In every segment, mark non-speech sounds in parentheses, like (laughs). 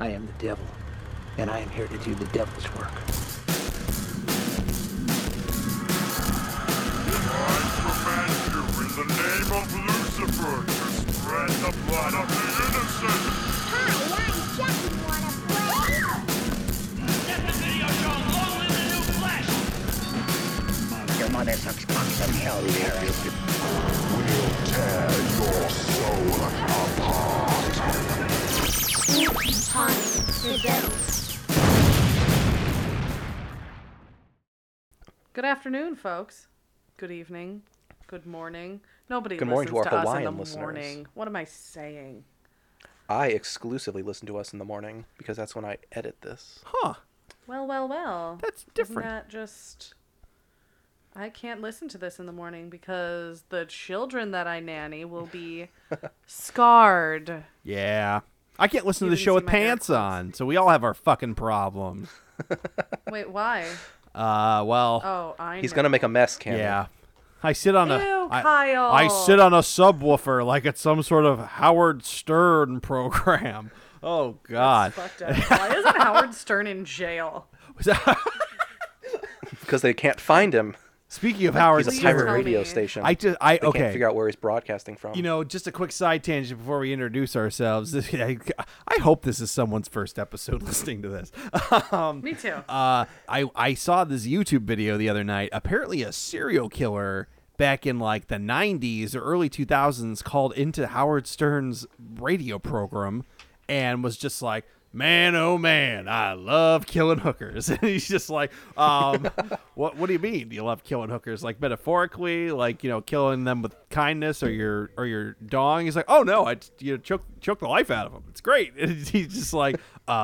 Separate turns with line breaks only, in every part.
I am the devil, and I am here to do the devil's work.
I command you in the name of Lucifer to spread the blood of the innocent.
Your mother sucks cocks in hell,
Good afternoon, folks. Good evening. Good morning. Nobody
Good morning
listens
to our
us in the
Hawaiian listeners.
morning. What am I saying?
I exclusively listen to us in the morning because that's when I edit this.
Huh.
Well, well, well.
That's
Isn't
different.
that just? I can't listen to this in the morning because the children that I nanny will be scarred.
Yeah. I can't listen
You
to the
didn't
show
see
with
my hair
pants
clothes.
on, so we all have our fucking problems.
Wait, why?
Uh, well,
Oh, I.
He's
know.
gonna make a mess, Cameron.
yeah. I sit on a
Ew,
I-
Kyle.
I sit on a subwoofer like it's some sort of Howard Stern (laughs) program. Oh God.
Fucked up. Why isn't Howard Stern in jail?
(laughs)
Because they can't find him.
Speaking of Howard
He's a
Please
Stern,
pirate
tell
radio
me.
station.
I just I
they
okay.
can't figure out where he's broadcasting from.
You know, just a quick side tangent before we introduce ourselves. (laughs) I, I hope this is someone's first episode (laughs) listening to this. Um,
Me too.
uh, I I saw this YouTube video the other night. Apparently, a serial killer back in like the '90s or early 2000s called into Howard Stern's radio program and was just like. Man, oh man, I love killing hookers. (laughs) And he's just like, um, (laughs) what? What do you mean? You love killing hookers? Like metaphorically, like you know, killing them with kindness or your or your dong? He's like, oh no, I just, you know, choke choke the life out of them. It's great. (laughs) And he's just like,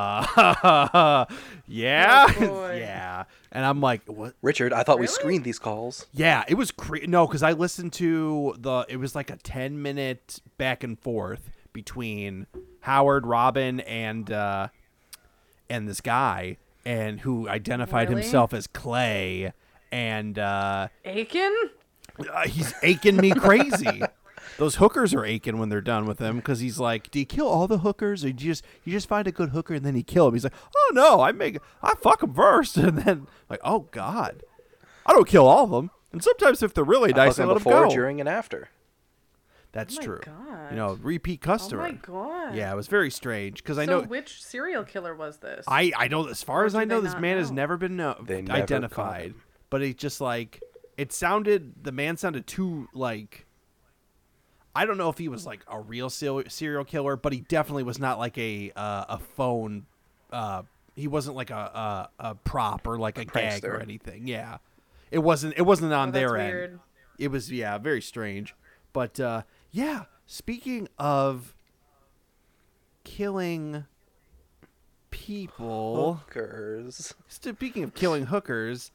uh,
Oh,
(laughs) yeah, (laughs) yeah.
boy.
yeah. And I'm like, what?
Richard, I thought we
Really?
screened these calls.
Yeah, it was cre- no, because I listened to the. It was like a ten minute back and forth between Howard, Robin, and uh, and this guy, and who identified
Really?
himself as Clay, and uh,
Aiken.
uh, he's aching me crazy. Those hookers are aching when they're done with him because he's like, "Do you kill all the hookers, or do you just you just find a good hooker and then you kill him?" He's like, "Oh no, I make I fuck them first, (laughs) and then like, oh god, I don't kill all of them." And sometimes if they're really
I
nice,
fucked
I
him
let them
before,
go.
during, and after.
That's
Oh my
true.
God.
You know, repeat
Oh
customer.
my god.
Yeah, it was very strange because I
So
know
which serial killer was this?
I I don't as far as
do
I
they
know this
not
man has
know?
never been no-
They never caught
identified,
him.
but it just like it sounded the man sounded too like I don't know if he was like a real serial serial killer, but he definitely was not like a uh, a phone uh he wasn't like a a, a prop or like a, gag or
prankster.
anything. Yeah. It wasn't it wasn't on
Oh, that's
their
weird.
end. It was yeah, very strange. But uh yeah, speaking of killing people.
Hookers.
Speaking of killing hookers,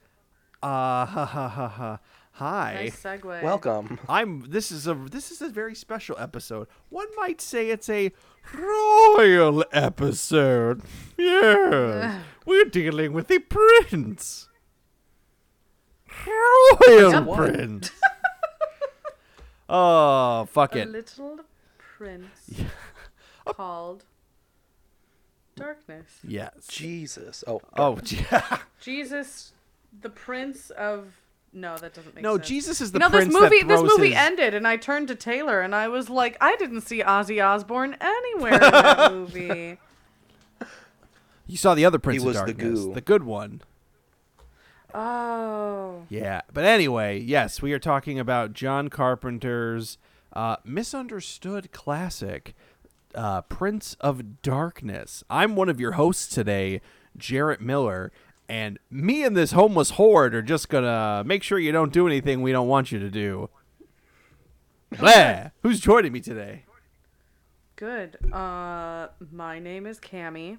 uh, ha, ha, ha, ha. hi.
Nice segue.
Welcome.
I'm. This is a this is a very special episode. One might say it's a royal episode. Yes, we're dealing with the prince, royal
Yep. (laughs)
prince. oh fuck
A
it!
little
(laughs)
prince called Darkness.
Yes.
Jesus. Oh,
Oh (laughs) yeah.
Jesus, the prince of no, that doesn't make
No,
sense.
Jesus is the
You know, this
prince
movie
that
this
throws
movie
his-
ended and I turned to Taylor and I was like, I didn't see Ozzy Osbourne anywhere in
(laughs)
that movie.
You saw the other Prince
was
of
the
Darkness,
goo.
the good one.
Oh.
Yeah. But anyway, yes, we are talking about John Carpenter's uh, misunderstood classic, uh, Prince of Darkness. I'm one of your hosts today, Jarrett Miller, and me and this homeless horde are just going to make sure you don't do anything we don't want you to do. Blah. Who's joining me today?
Good. Uh my name is Cammy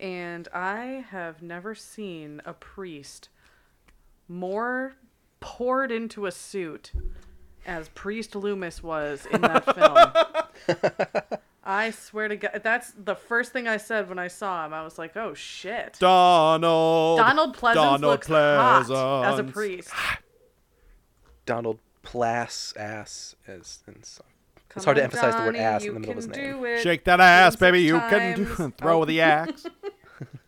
and I have never seen a priest more poured into a suit as Priest Loomis was in that film.
(laughs)
I swear to God, that's the first thing I said when I saw him. I was like, "Oh shit!"
Donald.
Donald Pleasance looks hot as a
Pleasance.
priest.
Donald Plass ass as in some
Come
hard to
on,
emphasize the word
Johnny,
ass in
you
the middle of
can
his name.
do it.
Shake that ass,
Tons of
baby. You can do
times.
(laughs) throw
Oh. (laughs)
the axe.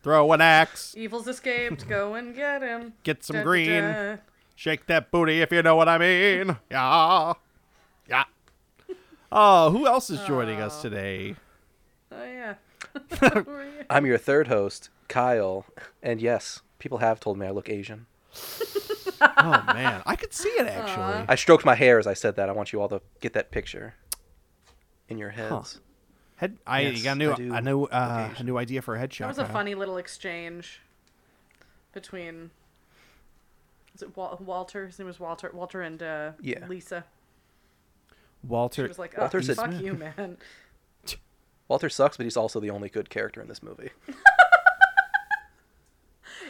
throw an axe.
Evil's escaped. Go and get him.
Get some
Da, da,
green.
da.
Shake that booty if you know what I mean. Yeah. Yeah. Oh, who else is joining us today?
Oh
(laughs)
yeah. Right.
I'm your third host, Kyle, and yes, people have told me I look Asian.
Oh man, I could see it actually.
I stroked my hair as I said that. I want you all to get that picture in your heads.
Head, I
Yes,
got a new,
I do
a new, uh,
look
a new idea for a headshot.
That was a
Kyle.
funny little exchange between. Is it Wal- Walter? His name was Walter. Walter and uh,
Yeah.
Lisa. She
Walter. "Mm."
was like, "Oh,
Walter's a-
fuck you, man."
Walter sucks, but he's also the only good character in this movie.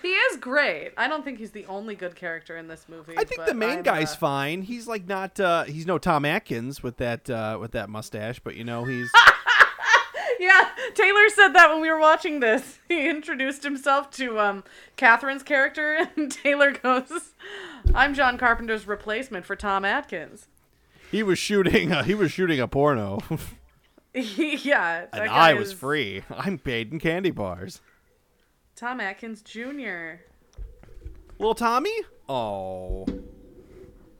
He is great. I don't think he's the only good character in this movie.
I think
but
the main
I'm,
guy's
uh,
fine. He's like not. Uh, he's no Tom Atkins with that uh, with that mustache, but you know
(laughs)
he's.
Yeah, Taylor said that when we were watching this. (laughs) He introduced himself to um, Catherine's character, (laughs) and Taylor goes, "I'm John Carpenter's replacement for Tom Atkins." (laughs)
he was shooting. Uh, he was shooting a porno, (laughs)
yeah, that
and
guy
I was
is
free. I'm paid in candy bars.
Tom Atkins Jr.
Little Tommy. Oh,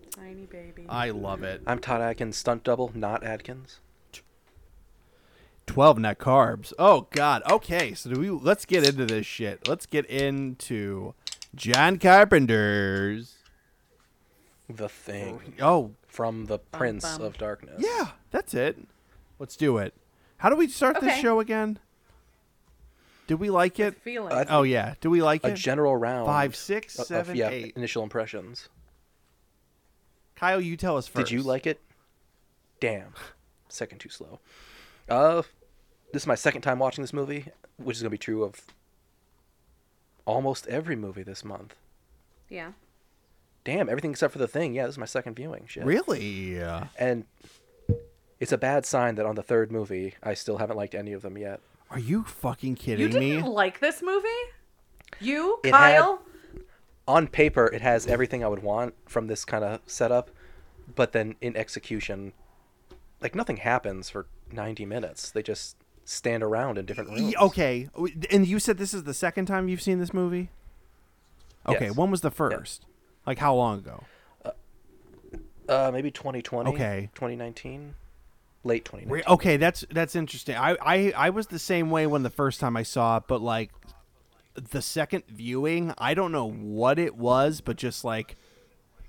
Tiny baby.
I love it.
I'm Todd Atkins' stunt double, not Adkins.
12 net carbs. Oh god. Okay, so do we let's get into this shit. Let's get into John Carpenter's
The thing
Oh,
from the Prince
bum.
of Darkness.
yeah, that's it. Let's do it. How do we start this
Okay.
show again? Did we like it?
Feeling.
Uh,
Oh yeah. Do we like
A
it?
general round.
Five, six,
of- of,
seven,
yeah,
eight.
Initial impressions.
Kyle, you tell us first.
Did you like it? Damn. Second too slow. Uh, this is my second time watching this movie, which is gonna be true of almost every movie this month.
yeah.
Damn, everything except for the thing. Yeah, this is my second viewing. Shit.
Really? Are
And it's a bad sign that on the third movie, I still haven't liked any of them yet.
you fucking
You
kidding
didn't
me?
like this movie? You,
It had-
Kyle?
On paper, it has everything I would want from this kind of setup, but then in execution, like nothing happens for 90 minutes. They just stand around in different rooms.
Y- Okay. w- And you said this is the second time you've seen this movie? Okay,
Yes.
when was the first? Like how long ago?
Uh, maybe 2020.
Okay.
2019. Late 2019.
Re- Okay, that's that's interesting. I, I I was the same way when the first time I saw it, but like the second viewing, I don't know what it was, but just like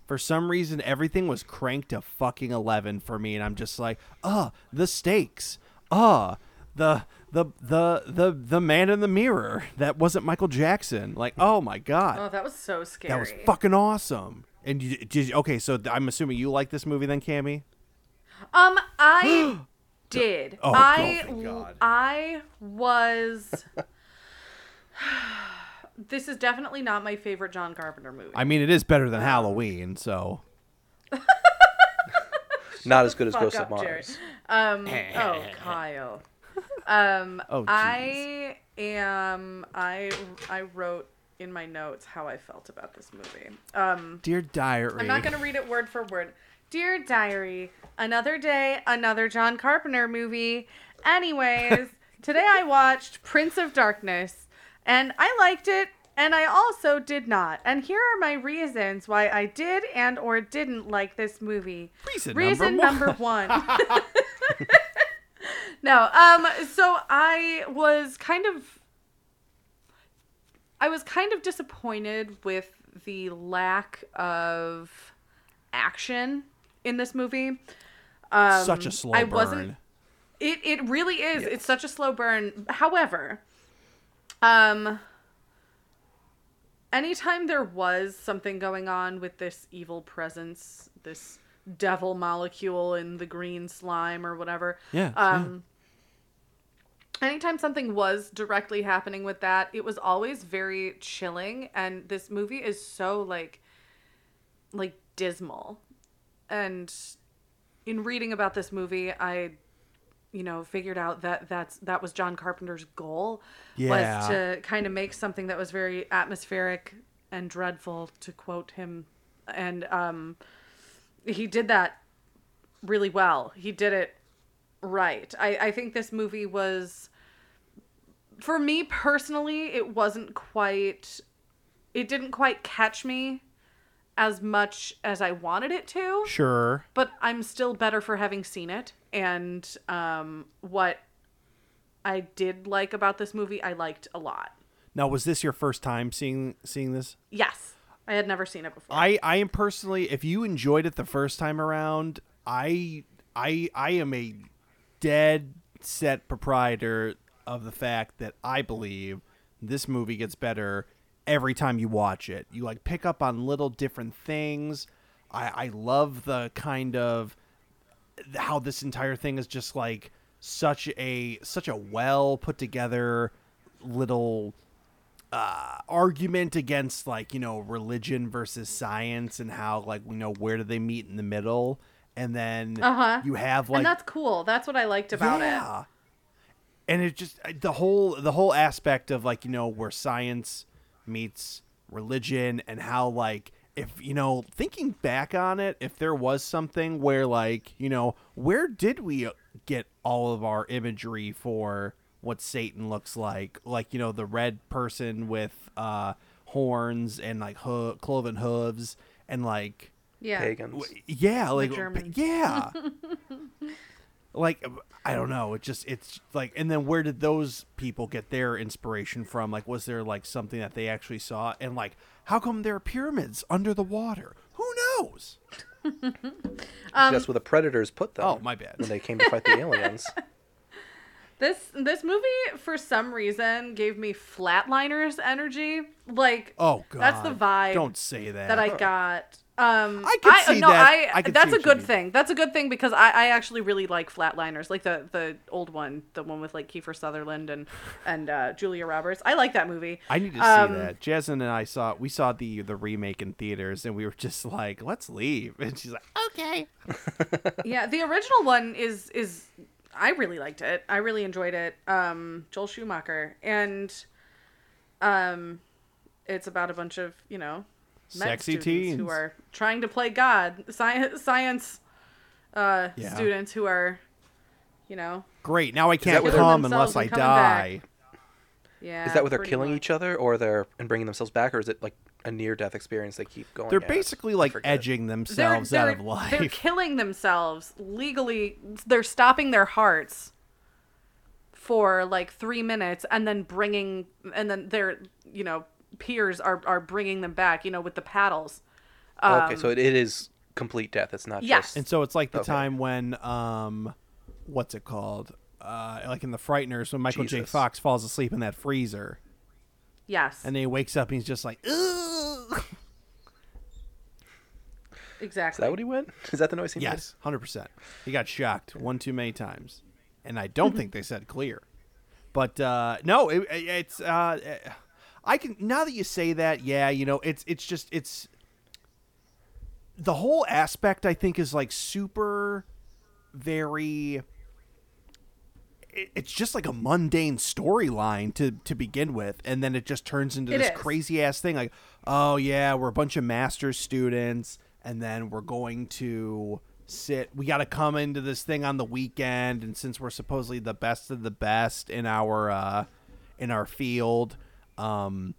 for some reason everything was cranked to fucking eleven for me, and I'm just like, uh, the stakes, uh, the the the the the man in the mirror that wasn't Michael Jackson. Like, oh my god,
Oh, that was so scary.
that was fucking awesome. And you, did you, okay, so th- I'm assuming you like this movie then, Cammy.
Um, (gasps) I did.
Oh,
I
oh my God.
I was. (sighs) this is definitely not my favorite John Carpenter movie.
I mean, it is better than Halloween, so.
Not as good as
Fuck
Ghost
up,
of Mars.
Jared. Um, oh, Kyle. Um,
Oh, jeez.
I am. I I wrote in my notes how I felt about this movie. Um,
Dear diary.
I'm not gonna read it word for word. Dear diary, another day, another John Carpenter movie. Anyways, today I watched Prince of Darkness, and I liked it, and I also did not. And here are my reasons why I did and or didn't like this movie.
Reason
Reason
number
number one.
(laughs)
no, um, so I was kind of I was kind of disappointed with the lack of action in this movie. Um,
Such a slow
I
burn.
wasn't. It it really is. It's such a slow burn. However, um, anytime there was something going on with this evil presence, this devil molecule in the green slime or whatever,
Yeah, yeah.
um, anytime something was directly happening with that, it was always very chilling. And this movie is so like, like dismal. And in reading about this movie, I, you know, figured out that that's that was John Carpenter's goal
Yeah.
was to kind of make something that was very atmospheric and dreadful, to quote him. And um, he did that really well. He did it Right. I, I think this movie was, for me personally, it wasn't quite, it didn't quite catch me as much as I wanted it to,
Sure.
but I'm still better for having seen it. And um, what I did like about this movie, I liked a lot.
Now, was this your first time seeing seeing this?
Yes. I had never seen it before.
I I am personally, if you enjoyed it the first time around, I I I am a dead set proprietor of the fact that I believe this movie gets better every time you watch it. You like pick up on little different things. I I love the kind of how this entire thing is just like such a such a well put together little uh, argument against like you know religion versus science and how like you know where do they meet in the middle and then
Uh-huh.
you have like
and that's cool. That's what I liked about it.
yeah. And it just the whole the whole aspect of like you know where science meets religion and how like if you know thinking back on it if there was something where like you know where did we get all of our imagery for what Satan looks like like you know the red person with uh horns and like hoo- cloven hooves and like
Yeah.
Pagans.
yeah like
Germans. (laughs)
yeah like i don't know it just it's like and then where did those people get their inspiration from like was there like something that they actually saw and like how come there are pyramids under the water who knows
Um,
That's where the predators put them.
Oh, my bad.
When they came to fight
(laughs)
the aliens.
This this movie for some reason gave me flatliners energy. Like
oh god
That's the vibe
don't say that
that I got. Um
I could see
no,
that.
I,
I could see
that's
what
a
you
good
mean.
thing. That's a good thing because I, I actually really like flatliners. Like the the old one, the one with like Kiefer Sutherland and and uh, Julia Roberts. I like that movie.
I need to see
Um,
that. Jasmine and I saw we saw the the remake in theaters, and we were just like, "Let's leave," and she's like, "Okay."
yeah the original one is is i really liked it i really enjoyed it um joel schumacher and um it's about a bunch of you know med
Sexy
students
teens.
who are trying to play god science science uh
Yeah.
students who are you know
Great. Now I can't
where they're-
come
Killing
unless
themselves
I
and coming back.
die.
yeah
Is that where they're
pretty
killing
much.
each other, or they're and bringing themselves back, or is it like a near-death experience they keep going?
They're
at?
basically
I
like
forget.
edging
They're-
themselves out
they're-
of
they're
life.
killing themselves legally they're stopping their hearts for like three minutes and then bringing and then their you know peers are are bringing them back you know with the paddles
okay, so it, it is complete death. It's not
Yes.
just.
And so it's like the
Okay.
time when um what's it called? Uh like in the Frighteners when Michael J.
Jesus.
Fox falls asleep in that freezer
yes
and then he wakes up and he's just like, Ugh!
Is
exactly
that what he went? (laughs) Is that the noise he made?
Yes, hundred percent. He got shocked one too many times. And I don't think they said clear. But uh no, it, it- it's uh I can now that you say that, yeah, you know, it's it's just it's the whole aspect I think is like super very it- it's just like a mundane storyline to to begin with and then it just turns into
It
this
is.
crazy ass thing like oh yeah we're a bunch of master's students and then we're going to sit we got to come into this thing on the weekend and since we're supposedly the best of the best in our uh in our field um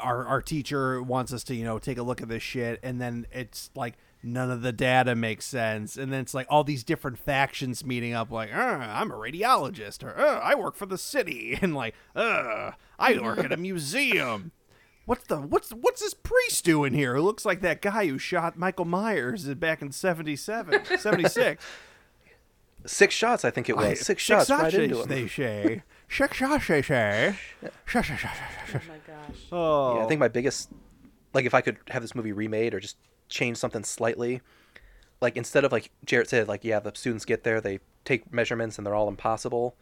our our teacher wants us to you know take a look at this shit and then it's like none of the data makes sense and then it's like all these different factions meeting up like uh, i'm a radiologist or uh, i work for the city (laughs) and like uh, i work at a museum what's the what's what's this priest doing here who looks like that guy who shot michael myers back
(laughs)
in 77 76
Six shots, I think it was.
Wait,
Oh, six, shots, right
shots,
into him.
they say Six shots,
(laughs)
they say. Shush, shush, shush, shush, shush.
oh my gosh
oh
Yeah, I think my biggest, like, if I could have this movie remade or just change something slightly, like instead of like Jarrett said, like yeah, the students get there, they take measurements, and they're all impossible,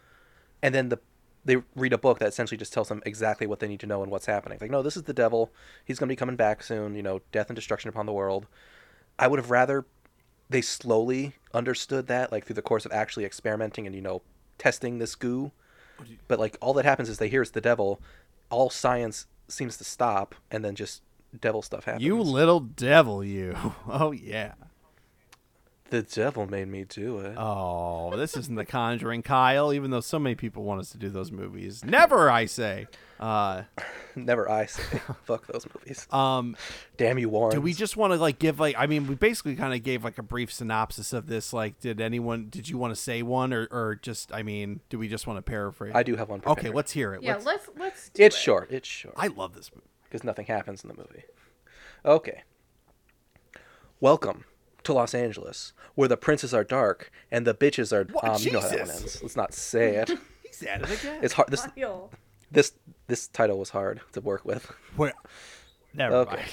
and then the they read a book that essentially just tells them exactly what they need to know and what's happening. Like, no, this is the devil. He's going to be coming back soon. You know, death and destruction upon the world. I would have rather they slowly understood that, like through the course of actually experimenting and you know testing this goo. But like all that happens is they hear it's the devil. All science seems to stop, and then just devil stuff happens.
(laughs) You little devil, you. Oh, yeah.
The devil made me do it.
Oh, this isn't The Conjuring, Kyle. Even though so many people want us to do those movies, never, I say. Uh,
Never I say.
(laughs)
Fuck those movies.
um,
Damn you, Warren.
do we just want to like give like? I mean, we basically kind of gave like a brief synopsis of this. Like, did anyone? Did you want to say one, or or just? I mean, do we just want to paraphrase?
I do have one.
Okay,
prepared.
let's hear it.
Yeah,
Let's-
let's let's. Do
It's
it.
short. It's short.
I love this movie.
because nothing happens in the movie. Okay. Welcome to Los Angeles, where the princes are dark and the bitches are.
What?
um, you know how that one
Jesus.
ends. Let's not say
(laughs)
it.
He's at it again.
(laughs) It's hard. This
Kyle.
this this title was hard to work with.
Where? Never
Okay.
mind.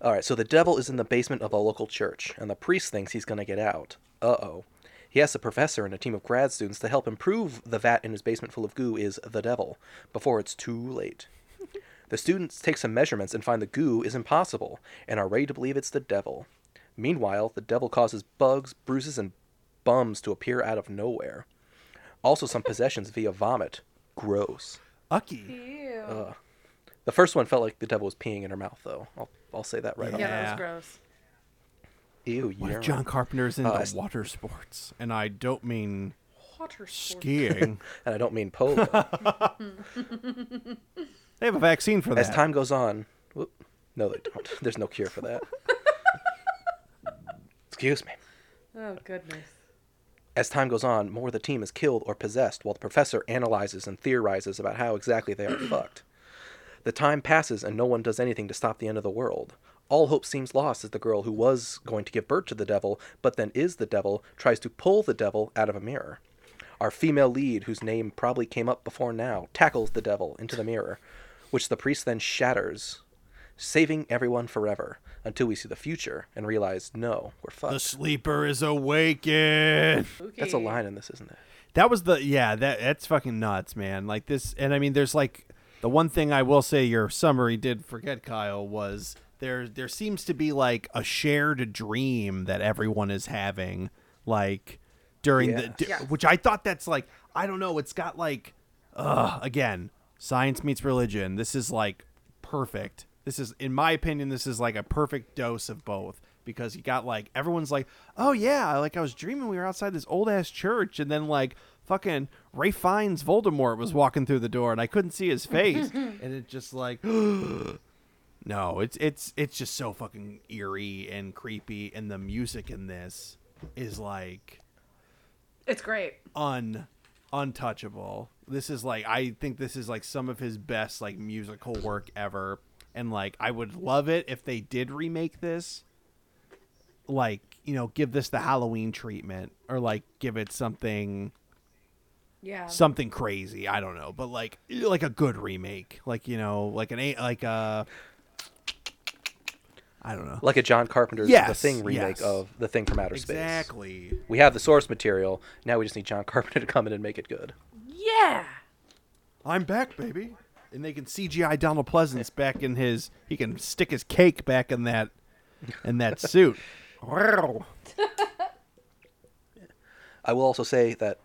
All right, so the devil is in the basement of a local church, and the priest thinks he's going to get out. Uh oh. He asks a professor and a team of grad students to help improve the vat in his basement full of goo is the devil before it's too late. (laughs) the students take some measurements and find the goo is impossible and are ready to believe it's the devil. Meanwhile, the devil causes bugs, bruises, and bums to appear out of nowhere. Also, some possessions via vomit. Gross.
Ucky.
Ew.
The first one felt like the devil was peeing in her mouth, though. I'll, I'll say that right
Yeah,
off.
that
Yeah.
was gross.
Ew,
What
urine.
if John Carpenter's into
Uh, it's-
water sports? And I don't mean
Water sport.
skiing.
and I don't mean polo.
they have a vaccine for that.
As time goes on, whoop, no, they don't. There's no cure for that. Excuse me.
Oh goodness.
As time goes on, more of the team is killed or possessed while the professor analyzes and theorizes about how exactly they are fucked. The time passes and no one does anything to stop the end of the world. All hope seems lost as the girl who was going to give birth to the devil, but then is the devil, tries to pull the devil out of a mirror. Our female lead, whose name probably came up before now, tackles the devil into the mirror, which the priest then shatters, saving everyone forever until we see the future and realize, no, we're fucked.
the sleeper is awakened.
That's a line in this, isn't it?
That was the yeah. That that's fucking nuts, man. Like this, and I mean, there's like the one thing I will say your summary did forget, Kyle, was there. There seems to be like a shared dream that everyone is having, like during the,
Yes.
d- which I thought that's like I don't know. It's got like, uh, again, science meets religion. This is like perfect. This is, in my opinion, this is like a perfect dose of both because you got like everyone's like, oh yeah, like I was dreaming we were outside this old ass church, and then like fucking Ray Fiennes Voldemort was walking through the door, and I couldn't see his face, and it just like. (gasps) No, it's it's it's just so fucking eerie and creepy, and the music in this is like
It's great.
un untouchable. This is like I think this is like some of his best like musical work ever. And like I would love it if they did remake this. Like, you know, give this the Halloween treatment or like give it something
Yeah.
something crazy, I don't know, but like like a good remake. Like, you know, like an a like a I don't know.
like a John Carpenter's The
Yes,
Thing remake
yes.
of The Thing from Outer Space.
Exactly.
We have the source material. Now we just need John (laughs) Carpenter to come in and make it good.
yeah.
I'm back, baby. And they can CGI Donald Pleasance back in his. He can stick his cake back in that, in that suit. Wow.
I will also say that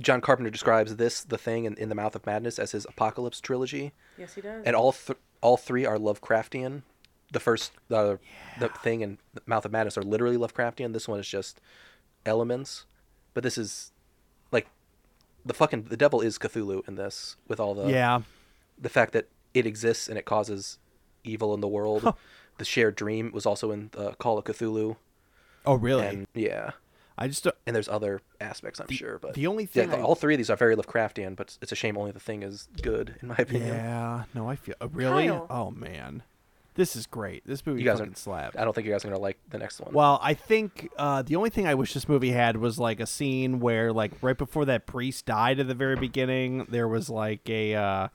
John Carpenter describes this, The Thing, and In the Mouth of Madness as his Apocalypse trilogy,
Yes, he does.
and all th- all three are Lovecraftian. The first, uh, The Thing, and The Mouth of Madness are literally Lovecraftian. This one is just elements, but this is like the fucking the devil is Cthulhu in this with all the
yeah,
the fact that it exists and it causes evil in the world. The shared dream was also in the Call of Cthulhu,
Oh, really?
and yeah,
I just. don't-
and there's other aspects I'm sure, but
the only
yeah,
thing
the-
I-
all three of these are very Lovecraftian, but it's a shame only the thing is good in my opinion.
Yeah. No, I feel. uh, Really?
Kyle.
Oh man, this is great. This movie
You guys
fucking
are
slapped.
I don't think you guys are gonna like the next one.
Well, I think uh, the only thing I wish this movie had was like a scene where, like, right before that priest died at the very beginning, there was like a uh,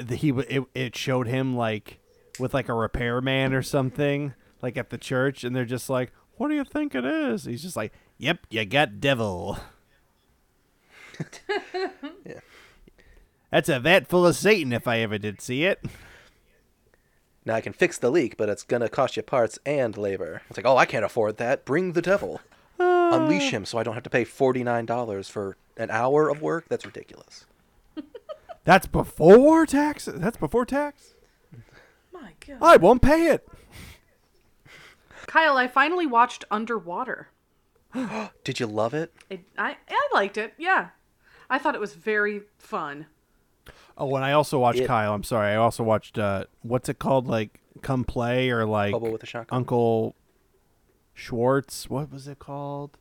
the, he w- it, it showed him like with like a repairman or something, like at the church, and they're just like, "What do you think it is?" He's just like, "Yep, you got devil."
Yeah.
That's a vat full of Satan if I ever did see it.
now I can fix the leak, but it's gonna cost you parts and labor. It's like, oh, I can't afford that. Bring the devil. Unleash him so I don't have to pay forty nine dollars for an hour of work. That's ridiculous.
That's before tax. That's before tax.
My God.
I won't pay it.
Kyle, I finally watched Underwater.
Did you love it?
It, I I liked it. Yeah, I thought it was very fun.
Oh, and I also watched
It-
Kyle. I'm sorry. I also watched uh, what's it called? Like Come Play or like
Bubble with a
Um,
Shotgun?
Uncle Schwartz. What was it called?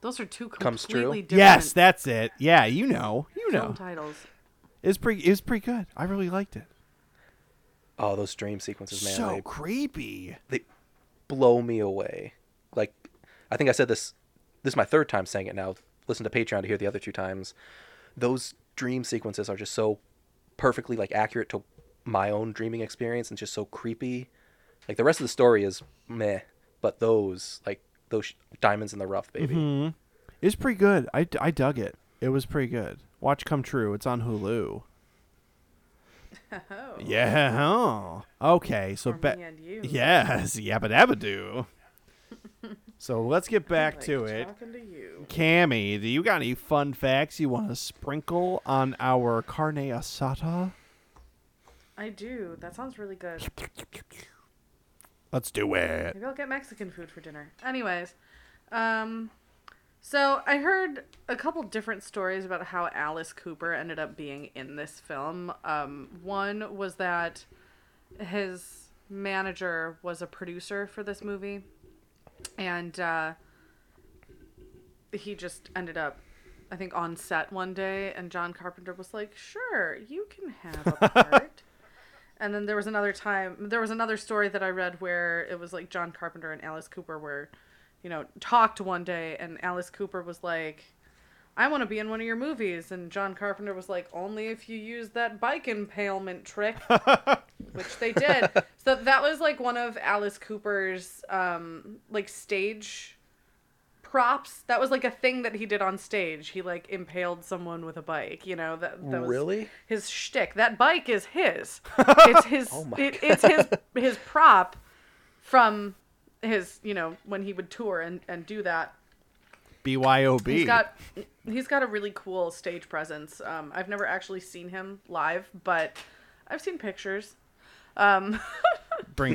Those are two completely
Comes true.
different
Yes, that's it. Yeah, you know, you
film
know.
titles.
It's pretty. It's pretty good. I really liked it.
Oh, those dream sequences, man.
so
they-
creepy.
they blow me away. Like I think I said this this is my third time saying it now. Listen to Patreon to hear the other two times. Those dream sequences are just so perfectly like accurate to my own dreaming experience and just so creepy. Like the rest of the story is meh, but those like those sh- diamonds in the rough, baby.
It's pretty good. I, I dug it. It was pretty good. Watch Come True. It's on Hulu.
(laughs)
Yeah. huh. Okay. So
For
back.
Oh. me and you.
Yes. Yabba
(laughs)
dabba do. so let's get back
Like,
to it.
Talking to you.
Cammy, do you got any fun facts you want to sprinkle on our carne asada?
I do. That sounds really good.
Let's do it.
Maybe I'll get Mexican food for dinner. Anyways, um, so I heard a couple different stories about how Alice Cooper ended up being in this film. Um, one was that his manager was a producer for this movie, and uh, he just ended up. I think on set one day, and John Carpenter was like, "Sure, you can have a part." And then there was another time, there was another story that I read where it was like John Carpenter and Alice Cooper were, you know, talked one day, and Alice Cooper was like, I want to be in one of your movies. And John Carpenter was like, only if you use that bike impalement
(laughs)
trick, which they did. So that was like one of Alice Cooper's, um, like stage props. That was like a thing that he did on stage. He like impaled someone with a bike, you know, that, that was
Really?
his shtick. That bike is
(laughs)
his. It's his.
Oh my
it- it's his his prop from his you know when he would tour and and do that.
BYOB.
He's got he's got a really cool stage presence. Um, I've never actually seen him live, but I've seen pictures. Um,
Bring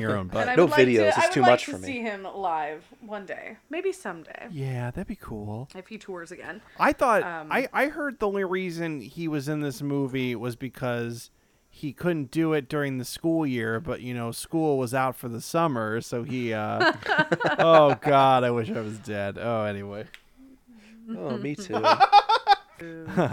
(laughs)
your own
and I
butt.
No
would like
videos,
To,
it's
I would
too
like
much
to
for me.
See him live one day, maybe someday,
Yeah, that'd be cool.
if he tours again.
I thought
Um,
I, I heard the only reason he was in this movie was because he couldn't do it during the school year, but you know, school was out for the summer, so
(laughs)
he uh Oh god, I wish I was dead. Oh anyway.
Oh, me too. I don't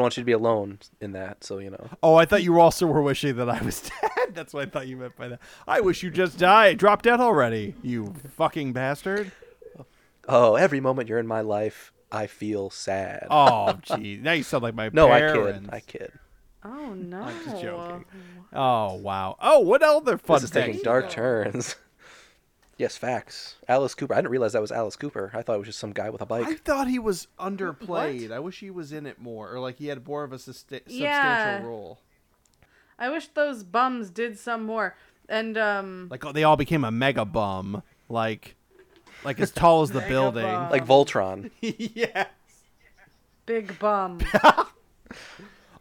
want you to be alone in that, so you know.
Oh, I thought you also were wishing that I was (laughs) dead. That's what I thought you meant by that. I wish you just died. Drop dead already, you fucking bastard.
Oh, every moment you're in my life, I feel sad.
Oh, gee. Now you sound like my
no,
parents.
I kid. I kid.
Oh no! I'm
just joking. Oh, wow. Oh, what other fun
This is taking
fact?
dark turns. (laughs) yes, facts. Alice Cooper. I didn't realize that was Alice Cooper. I thought it was just some guy with a bike.
I thought he was underplayed. I wish he was in it more, or like he had more of a susta-
Yeah.
substantial role.
I wish those bums did some more. And um,
Like oh, they all became a mega bum, like, like as
(laughs)
tall as the building.
bum. (laughs)
Like Voltron.
(laughs) yeah,
big bum.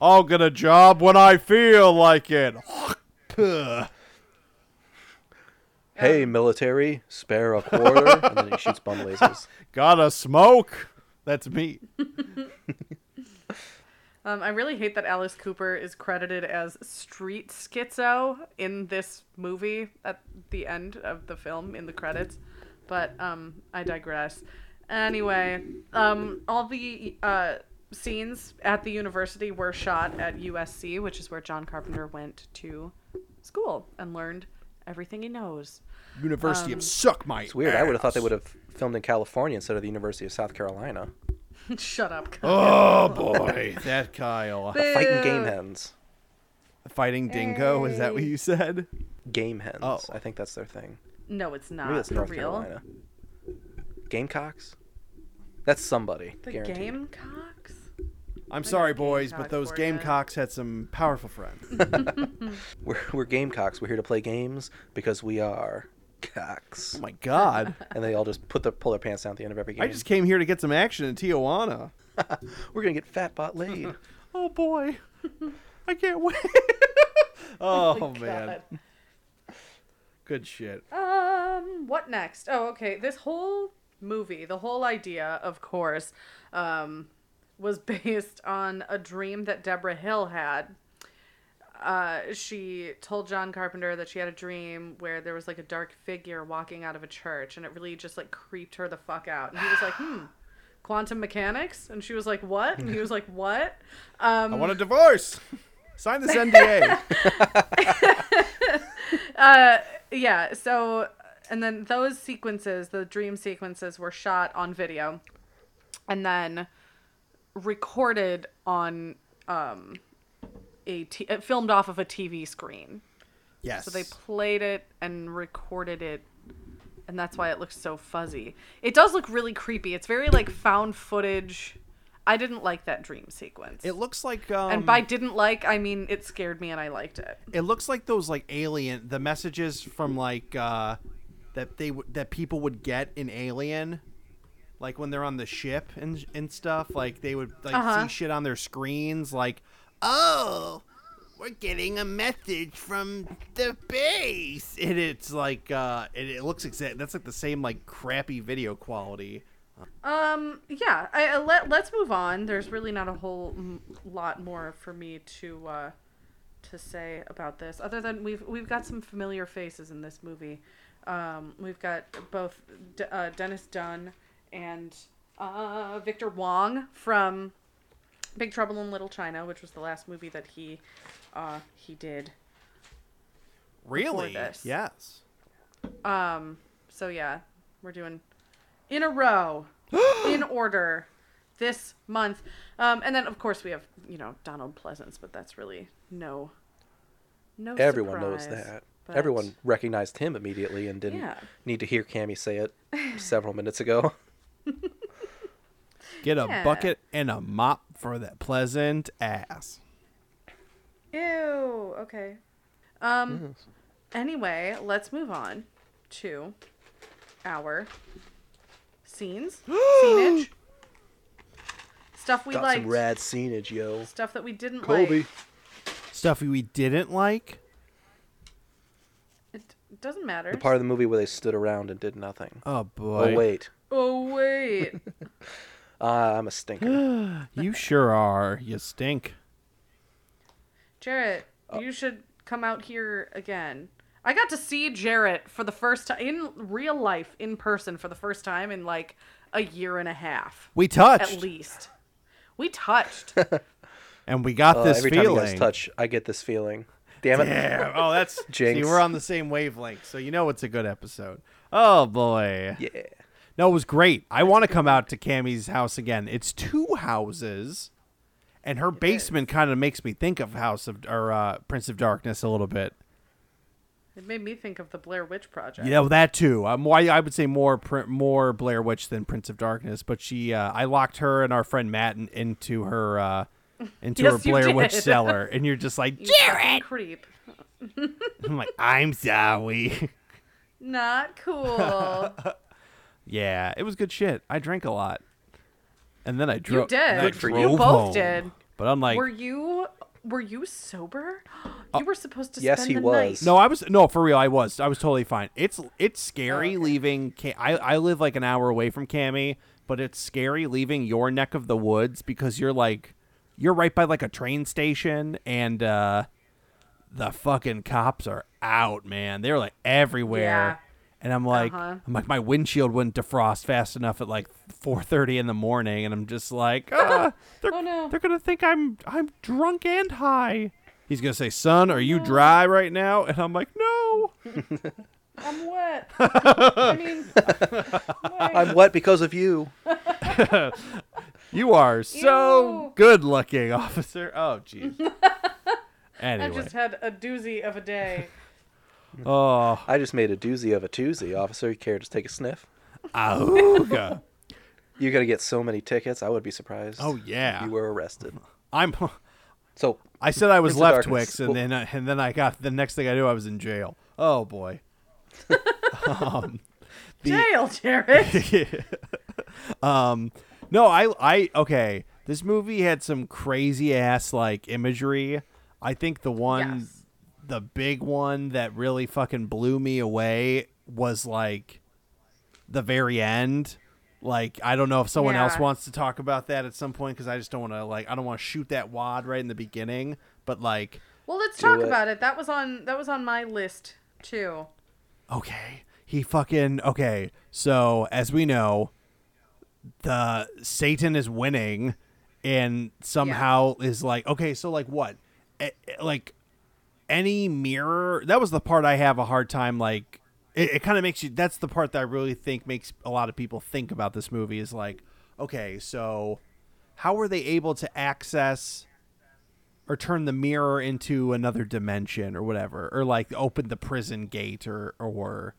I'll get a job when I feel like it. (laughs) Puh.
hey, military, spare a quarter, and then he shoots bum
(laughs)
lasers.
Gotta smoke. That's me.
Um, I really hate that Alice Cooper is credited as Street Schizo in this movie at the end of the film in the credits, but um, I digress. Anyway, um, all the uh, scenes at the university were shot at USC, which is where John Carpenter went to school and learned everything he knows. (laughs)
University
Um,
of suck my.
It's weird. I would have thought they would have filmed in California instead of the University of South Carolina.
Shut up.
(laughs) Oh boy, that Kyle
Fighting game hens.
fighting dingo. Is that what you said?
Game hens.
Oh.
I think that's their thing.
No, it's
Maybe
not
that's
for
North
real.
Carolina. Gamecocks. That's somebody.
The
guaranteed.
Gamecocks.
I'm sorry, boys,
Gamecock
but those
for you.
Gamecocks had some powerful (laughs) friends.
We're, we're Gamecocks. We're here to play games because we are cocks.
Oh my god.
And they all just put their pull their pants down at the end of every game.
I just came here to get some action in Tijuana.
We're gonna get fat bot (laughs) laid.
Oh boy. I can't
(laughs)
wait. (laughs) oh man. Good shit.
Ah, um, what next? Oh, okay. This whole movie, the whole idea, of course, um, was (laughs) based on a dream that Deborah Hill had. Uh, she told John Carpenter that she had a dream where there was like a dark figure walking out of a church, and it really just like creeped her the fuck out. And he was like, hmm, quantum mechanics? And she was like, what? And he was like, what? Um,
I want a divorce. Sign this NDA.
(laughs) yeah so and then those sequences the dream sequences were shot on video and then recorded on um a t- uh, filmed off of a tv screen
yes.
so they played it and recorded it and that's why it looks so fuzzy it does look really creepy it's very like found footage i didn't like that dream sequence
it looks like um,
and by didn't like i mean it scared me and i liked it
it looks like those like alien the messages from like uh that they would that people would get in alien like when they're on the ship and and stuff like they would like see shit on their screens like oh we're getting a message from the base and it's like uh and it looks exact that's like the same like crappy video quality
Um. Yeah. I, I let Let's move on. There's really not a whole m- lot more for me to uh, to say about this, other than we've we've got some familiar faces in this movie. Um, we've got both D- uh, Dennis Dunn and uh, Victor Wong from Big Trouble in Little China, which was the last movie that he uh, he did.
really
this.
yes
So yeah, we're doing in a
(gasps)
row, in order, this month. Um, and then of course we have you know Donald Pleasance, but that's really no, no.
Everyone knows
surprise,
that.
but-
Everyone recognized him immediately and didn't
Yeah.
need to hear Cammy
(laughs)
say it several minutes ago.
get a
Yeah.
bucket and a mop for that pleasant ass
Ew. Okay. Um. Anyway, let's move on to our scenes,
(gasps)
scenage, stuff we
(laughs) Got
liked,
some rad scenage, yo.
stuff that we didn't
Colby.
like.
stuff we didn't like
It doesn't matter.
The part of the movie where they stood around and did nothing.
oh boy
Oh wait,
oh wait.
uh, I'm a
(gasps)
stinker.
You sure are. You stink.
Jarrett,
Uh,
you should come out here again. I got to see Jarrett for the first time in real life, in person for the first time in like a year and a half,
We touched,
at least. We
(laughs)
touched.
and we got
Uh,
this
every
feeling.
time you guys touch, I get this feeling. Damn it!
Damn. Oh, that's
Jinx.
See, we're on the same wavelength, so you know it's a good episode. Oh boy.
(laughs) Yeah.
No, it was great. I want to come out to Cammy's house again. It's two houses, and her basement kind of makes me think of House of or uh, Prince of Darkness a little bit.
it made me think of the Blair Witch Project.
Yeah, well, that too. Um, why I would say more Pr- more Blair Witch than Prince of Darkness, but she uh, I locked her and our friend Matt in, into
(laughs)
her uh, into her
Yes, you
Blair Witch
did. (laughs)
cellar, and you're just like,
You fucking (laughs) Creep.
I'm like, I'm sorry. (laughs)
Not cool.
(laughs)
yeah, it was good shit. I drank a lot, and then I
You
drove.
did.
Good for you.
You
Drove
both did.
But I'm like,
Were you were you sober? You were supposed to
Uh, yes,
spend
he
the
was.
night.
no, I was no for real. I was. I was totally fine. It's it's scary leaving. Ca- I I live like an hour away from Cami, but it's scary leaving your neck of the woods because you're like, you're right by like a train station and. uh the fucking cops are out, man. They're like everywhere.
Yeah.
And I'm like,
Uh-huh.
I'm like, my windshield wouldn't defrost fast enough at like 4:30 in the morning, and I'm just like, ah, they're,
Oh, no.
they're gonna think I'm I'm drunk and high. He's gonna say, son, are you dry right now? And I'm like, no.
I'm
(laughs)
wet. I
(laughs)
mean, wait.
I'm wet because of you.
You are so
Ew.
good looking, (laughs) officer. Oh,
(laughs)
jeez.
I
anyway,
just had a doozy of a day.
oh,
I just made a doozy of a Tuesday, officer. You care to take a sniff?
(laughs)
auga.
You're gonna get so many tickets. I would be surprised.
Oh, yeah.
if you were arrested.
I'm. (laughs)
So
I said I was
Prince of
left
Darkness.
Twix, and then I, and then I got the next thing I knew I was in jail. Oh boy.
Jail,
(laughs)
Jarrett.
No, I I okay. This movie had some crazy ass like imagery. I think the one
Yes.
the big one that really fucking blew me away was like the very end. Like I don't know if someone else
Yeah.
wants to talk about that at some point because I just don't want to like I don't want to shoot that wad right in the beginning. But like
Well, let's talk
it.
about it. That was on that was on my list too.
okay, he fucking okay. So as we know, the Satan is winning, and somehow is like okay. So like what? Eh, eh, like any mirror that was the part i have a hard time like it, it kind of makes you that's the part that i really think makes a lot of people think about this movie is like okay so how were they able to access or turn the mirror into another dimension or whatever or like open the prison gate or or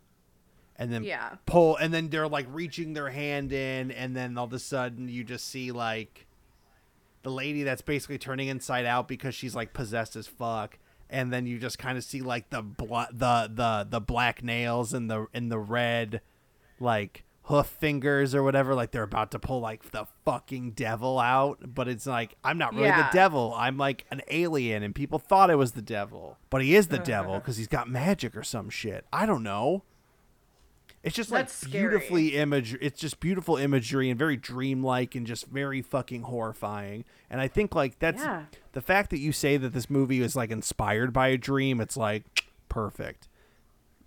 and then
Yeah.
pull and then they're like reaching their hand in and then all of a sudden you just see like the lady that's basically turning inside out because she's like possessed as fuck and then you just kind of see like the bla- the the the black nails and the and the red like hoof fingers or whatever like they're about to pull like the fucking devil out but it's like I'm not really
Yeah.
the devil I'm like an alien and people thought I was the devil but he is
(laughs)
the devil cuz he's got magic or some shit I don't know it's just
That's
like
scary.
beautifully image. It's just beautiful imagery and very dreamlike and just very fucking horrifying. And I think like that's
Yeah.
the fact that you say that this movie is like inspired by a dream. It's like perfect,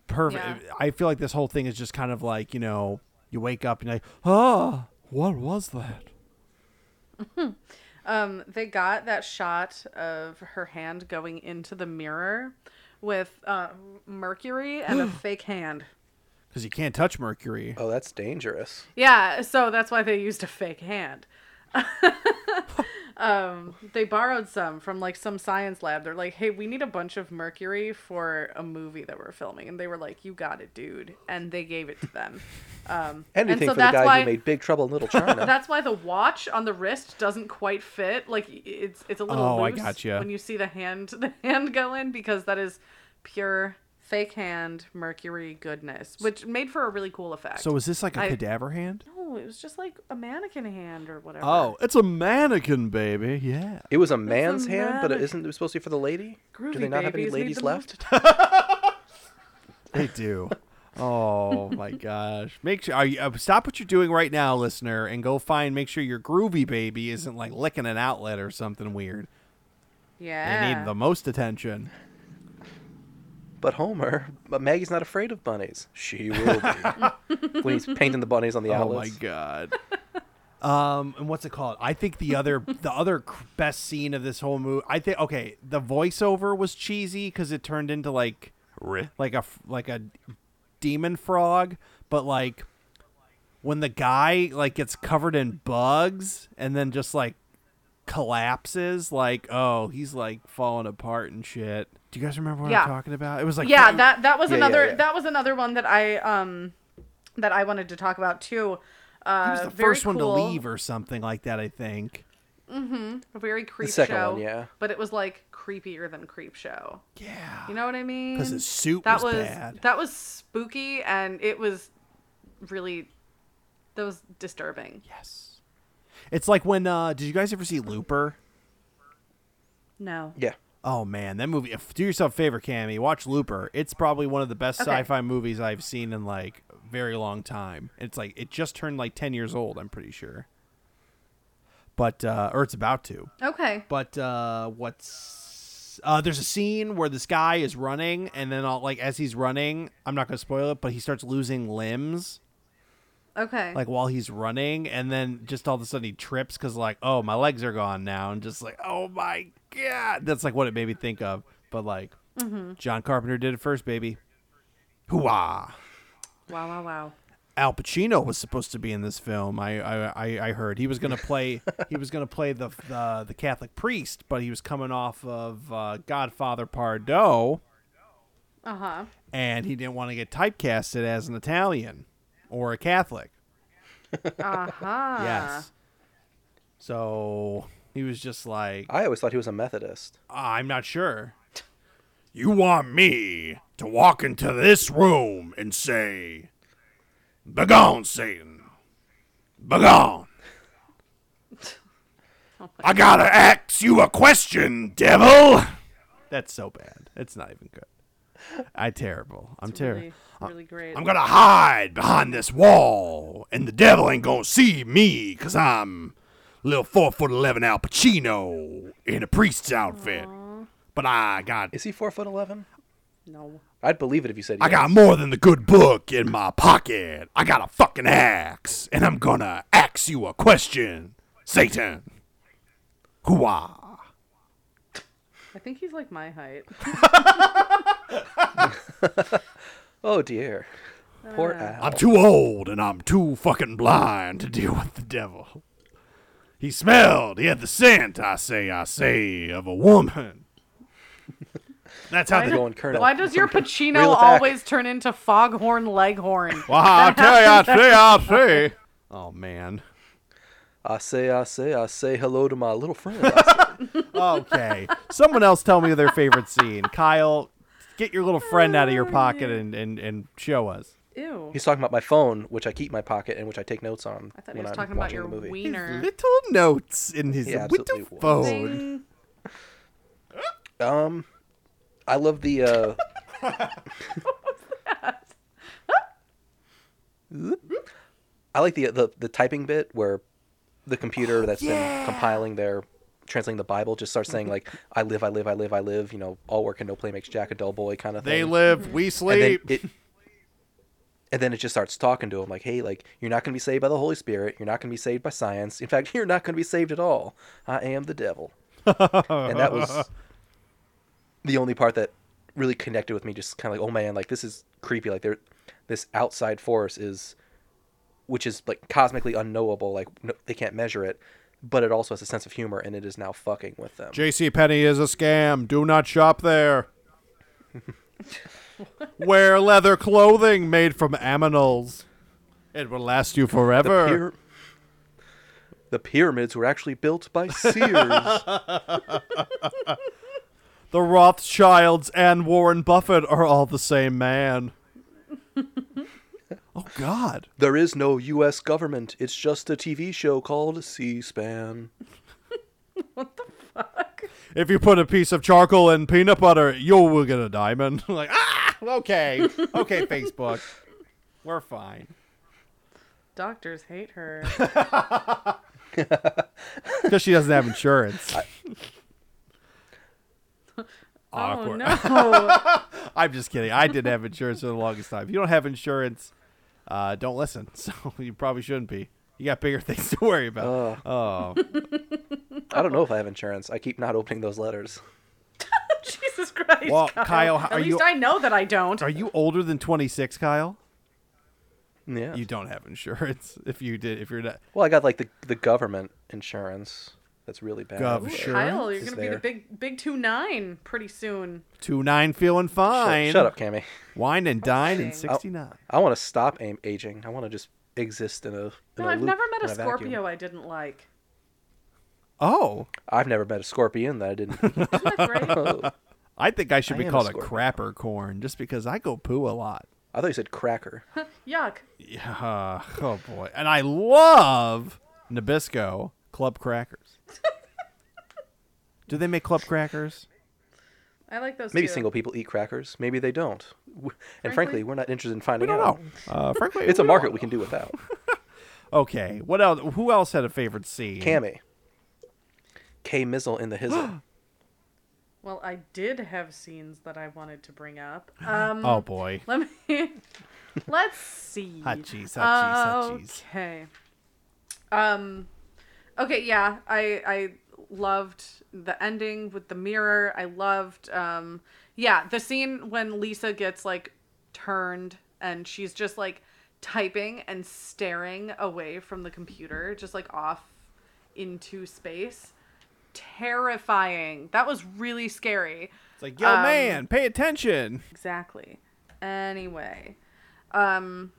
perfect.
Yeah.
I feel like this whole thing is just kind of like you know you wake up and you're like oh what was that?
Um, they got that shot of her hand going into the mirror with uh, mercury and a fake hand.
Because you can't touch Mercury.
Oh, that's dangerous.
Yeah, so that's why they used a fake hand. (laughs) um, they borrowed some from like some science lab. They're like, "Hey, we need a bunch of mercury for a movie that we're filming," and they were like, "You got it, dude," and they gave it to them. Um, and
Anything
so
for the
that's
guy
why
who made Big Trouble in
(laughs)
Little China.
that's why the watch on the wrist doesn't quite fit. Like it's it's a little
Oh, I
loose
gotcha.
when you see the hand (laughs) the hand go in because that is pure fake hand mercury goodness, which made for a really cool effect.
So is this like a
I-
cadaver hand?
No, it was just like a mannequin hand or whatever.
Oh, it's a mannequin, baby. Yeah.
it was a man's
a
hand, but it
man.
isn't it supposed to be for the lady?
Groovy
Do they not have any
babies need
ladies
to move
left?
to-
They do. oh my gosh! Make sure are you, uh, stop what you're doing right now, listener, and go find. Make sure your groovy baby isn't like licking an outlet or something weird. They
yeah.
need the most attention.
(laughs) But Homer, but Maggie's not afraid of bunnies. She will be
(laughs)
when he's painting the bunnies on the
Oh my
outlets.
god. um, and what's it called? I think the other the other cr- best scene of this whole movie. I think okay, the voiceover was cheesy because it turned into like like a f- like a demon frog, but like when the guy like gets covered in bugs and then just like collapses, like oh he's like falling apart and shit. Do you guys remember what
Yeah.
I'm talking about? It was like
yeah, that that was
Yeah, yeah,
another
yeah.
that was another one that I um that I wanted to talk about too. Uh,
he was the
very
first one to
cool.
leave or something like that. I think.
A very creep
second
show.
one, yeah.
But it was like creepier than creep show.
Yeah.
You know what I mean?
Because his suit
that
was,
was
bad.
that was spooky and it was really that was disturbing.
yes. It's like when uh did you guys ever see Looper?
No.
Yeah.
Oh man, that movie. If, do yourself a favor, Cammy. Watch Looper. It's probably one of the best
Okay.
sci-fi movies I've seen in like a very long time. It's like it just turned like 10 years old, I'm pretty sure. But uh or it's about to.
Okay.
But uh, what's uh, there's a scene where this guy is running, and then all, like as he's running, I'm not gonna spoil it, but he starts losing limbs,
Okay.
like while he's running, and then just all of a sudden he trips because like oh my legs are gone now, and just like oh my god, that's like what it made me think of. But like John Carpenter did it first, baby. Hooah!
wow, wow,
(laughs)
wow.
Al Pacino was supposed to be in this film. I I, I, I heard he was going to play he was going to play the, the the Catholic priest, but he was coming off of uh, Godfather Pardo,
Uh-huh.
and he didn't want to get typecasted as an Italian or a Catholic.
Uh-huh.
Yes, so he was just like,
I always thought he was a Methodist.
"Uh,
I'm not sure.
You want me to walk into this room and say, Begone, Satan. Begone. I gotta ask you a question, devil.
That's so bad. It's not even good. I terrible. I'm terrible.
Really, really great.
Uh, I'm gonna hide behind this wall, and the devil ain't gonna see me, cause I'm little four foot eleven Al Pacino in a priest's outfit. But I got
Is he four foot eleven?
no.
I'd believe it if you said.
I
yes.
got more than the good book in my pocket. I got a fucking axe, and I'm gonna axe you a question, Satan. Hooah.
I think he's like my
(laughs)
height.
Oh dear.
Uh,
Poor Al.
I'm too old and I'm too fucking blind to deal with the devil. He smelled, he had the scent, I say, I say, of a woman. That's how
I'm
the (laughs)
going Colonel.
Why does your
Reel
Pacino
it back.
always turn into Foghorn Leghorn?
Wow, I tell you, I say, I say. Oh, man.
I say, I say, I say hello to my
(laughs)
little friend. I say-
Okay. Someone else tell me their favorite scene. Kyle, get your little friend out of your pocket and, and, and show us.
Ew.
He's talking about my phone, which I keep in my pocket and which I take notes on
I thought he
when
was
I'm
talking about
watching
your
the movie.
wiener.
Little notes in his
He absolutely
little
was.
phone.
Um, I love the. Uh, I like the, the the typing bit where the computer that's been compiling their translating the Bible just starts saying like I live, I live, I live, I live. You know, all work and no play makes Jack a dull boy kind of thing.
They live, we
and then
sleep.
it and then it just starts talking to him like hey like you're not going to be saved by the holy spirit you're not going to be saved by science in fact (laughs) you're not going to be saved at all i am the devil and that was the only part that really connected with me just kind of like oh man like this is creepy like there this outside force is which is like cosmically unknowable like no, they can't measure it but it also has a sense of humor and it is now fucking with them
JC Penney is a scam. Do not shop there. Wear leather clothing made from aminals. It will last you forever.
The, pyra- the pyramids were actually built by seers
The Rothschilds and Warren Buffett are all the same man. oh God.
There is no U.S. government. It's just a TV show called C-SPAN.
If you put a piece of charcoal in peanut butter, you will get a diamond. (laughs) like, ah, okay. Okay, Facebook. We're fine.
Doctors hate her.
Because she doesn't have insurance.
oh
(laughs) Awkward.
no. (laughs)
I'm just kidding. I did have insurance for the longest time. If you don't have insurance, uh, don't listen. (laughs) So you probably shouldn't be. You got bigger (laughs) things to worry about. Uh,
I don't know if I have insurance. I keep not opening those letters.
Jesus Christ.
Well,
Kyle.
Kyle, how-
At
are
least
you-
I know that I don't.
Are you older than 26, Kyle?
Yeah.
You don't have insurance. (laughs) If you did, if you're not,
Well, I got like the the government insurance. That's really bad.
Gov-
Short-
sure.
Kyle, you're
Is
gonna be the
there.
big big two nine pretty soon.
two nine, feeling fine.
Shut, up, Cammy.
Wine and dine in
Okay.
69.
I want to stop aim- aging. I want to just exist in a. In
No,
a
I've
loop,
never
in
met a
vacuum.
Scorpio I didn't like.
Oh,
I've never met a scorpion that I
(laughs)
didn't.
Isn't that
(laughs)
great?
oh.
I think I should
I
be
am a
called a,
Scorpio.
crapper corn just because I go poo a lot.
I thought you said cracker.
Yuck.
Yeah. (laughs) Oh, boy. And I love Nabisco club crackers. Do they make club crackers?
I like those.
Maybe
too.
single people eat crackers. Maybe they don't. W-
Frankly-
And frankly, we're not interested in finding
I
out.
don't know. Uh, frankly,
It's a
we
market
don't-
we can do without.
(laughs) Okay. What else? Who else had a favorite scene?
Cammy. K Mizzle in the
(gasps)
hizzle.
Well, I did have scenes that I wanted to bring
(gasps)
up. Um,
Oh boy.
let me.
(laughs)
let's see.
Hot cheese. Hot cheese.
Okay. Um, okay, yeah, I I loved the ending with the mirror. I loved um, yeah, the scene when Lisa gets like turned and she's just like typing and staring away from the computer, just like off into space. Terrifying. That was really scary.
It's like, yo, man, pay attention.
Exactly. Anyway, um,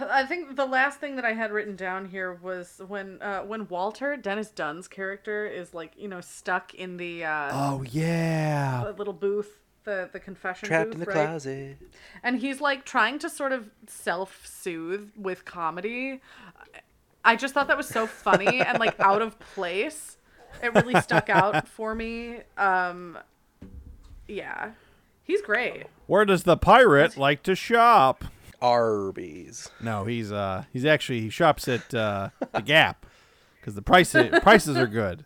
I think the last thing that I had written down here was when uh, when Walter Dennis Dunn's character is like you know stuck in the uh,
Oh yeah.
the little booth, the the confession
Oh. Trapped
booth,
in the
right?
closet.
and he's like trying to sort of self-soothe with comedy i just thought that was so
(laughs)
funny and like
(laughs)
out of place it really stuck out for me um yeah, he's great.
Where does the pirate like to shop?
Arby's.
No, he's uh he's actually he shops at uh the Gap because the prices prices are good.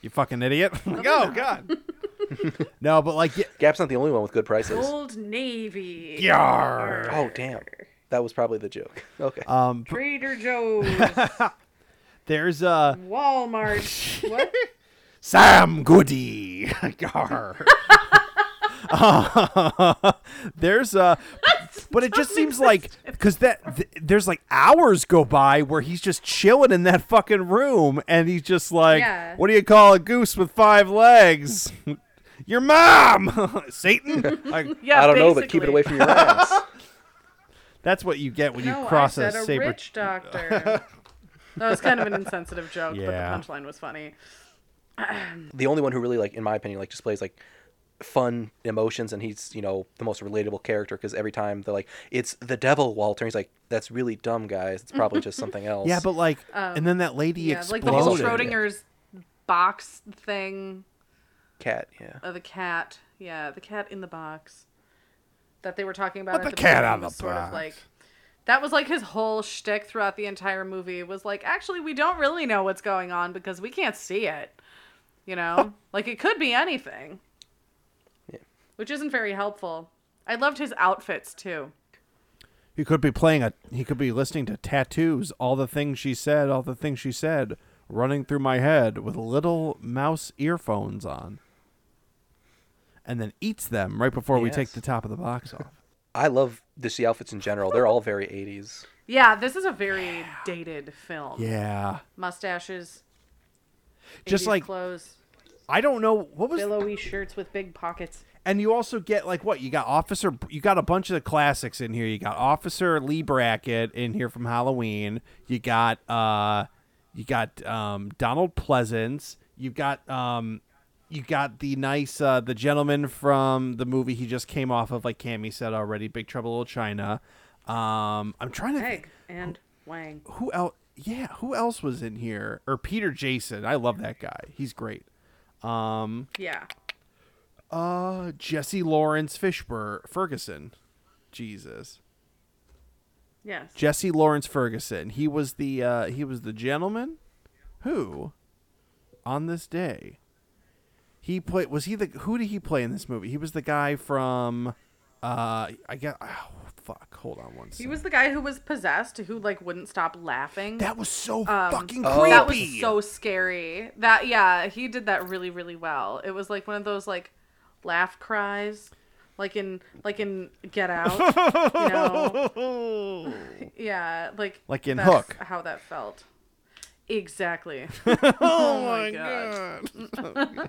You fucking idiot! (laughs) Like, oh God. no, but like y-
Gap's not the only one with good prices.
Old Navy.
Yarr.
Oh damn. That was probably the joke. (laughs) Okay.
um,
Trader
(laughs)
Joe's.
there's uh
Walmart.
(laughs)
What?
Sam Goody. (laughs) Yarr. Uh, there's uh but it just seems like because that th- there's like hours go by where he's just chilling in that fucking room and he's just like
Yeah.
what do you call a goose with five legs your mom (laughs) satan like
Yeah.
I don't know, but keep it
basically.
away from your ass.
that's what you get when you
no,
cross
I
a
said a,
saber
rich
(laughs)
doctor. that was kind of an insensitive joke,
Yeah.
but the punchline was funny.
the only one who really like in my opinion like displays like fun emotions and he's you know the most relatable character because every time they're like it's the devil walter he's like that's really dumb guys it's probably
(laughs)
just something else
yeah but like and then that lady
um, Yeah, like
exploded
the whole
Exploded.
Schrodinger's box thing
cat yeah
of the cat. Yeah, the cat in the box that they were talking about.
What
at the
the cat
beginning
out of
was
the
sort
box?
Of like that was like his whole shtick throughout the entire movie was like, actually, we don't really know what's going on because we can't see it. You know, like it could be anything,
Yeah.
which isn't very helpful. I loved his outfits too.
he could be playing a he could be listening to tattoos all the things she said all the things she said running through my head with little mouse earphones on and then eats them right before we take
Yes.
the top of the box off
i love the sea outfits in general they're all very 80s
Yeah, this is a very dated film.
yeah
Mustaches,
Just
80s
like-
clothes,
i don't know what was
billowy shirts with big pockets.
and you also get like what you got officer you got a bunch of the classics in here you got officer lee brackett in here from halloween you got uh you got um donald pleasance you got um you got the nice uh the gentleman from the movie he just came off of like Cammy said already big trouble in little china um i'm trying to
Egg and Wang.
who else yeah who else was in here or peter jason i love that guy he's great um
Yeah.
uh, Jesse Lawrence Fishburne Ferguson. Jesus.
Yes.
Jesse Lawrence Ferguson. He was the uh he was the gentleman who on this day he played was he the who did he play in this movie? He was the guy from uh I guess oh, fuck, hold on one
He
second.
was the guy who was possessed, who like wouldn't stop laughing.
that was so
Um,
fucking
Oh.
creepy.
That was so scary. That yeah, he did that really really well. It was like one of those like laugh cries, like in like in Get Out. you know?
(laughs)
Yeah, like
Like in
that's
Hook.
How that felt. Exactly. (laughs) oh, my god.
yeah.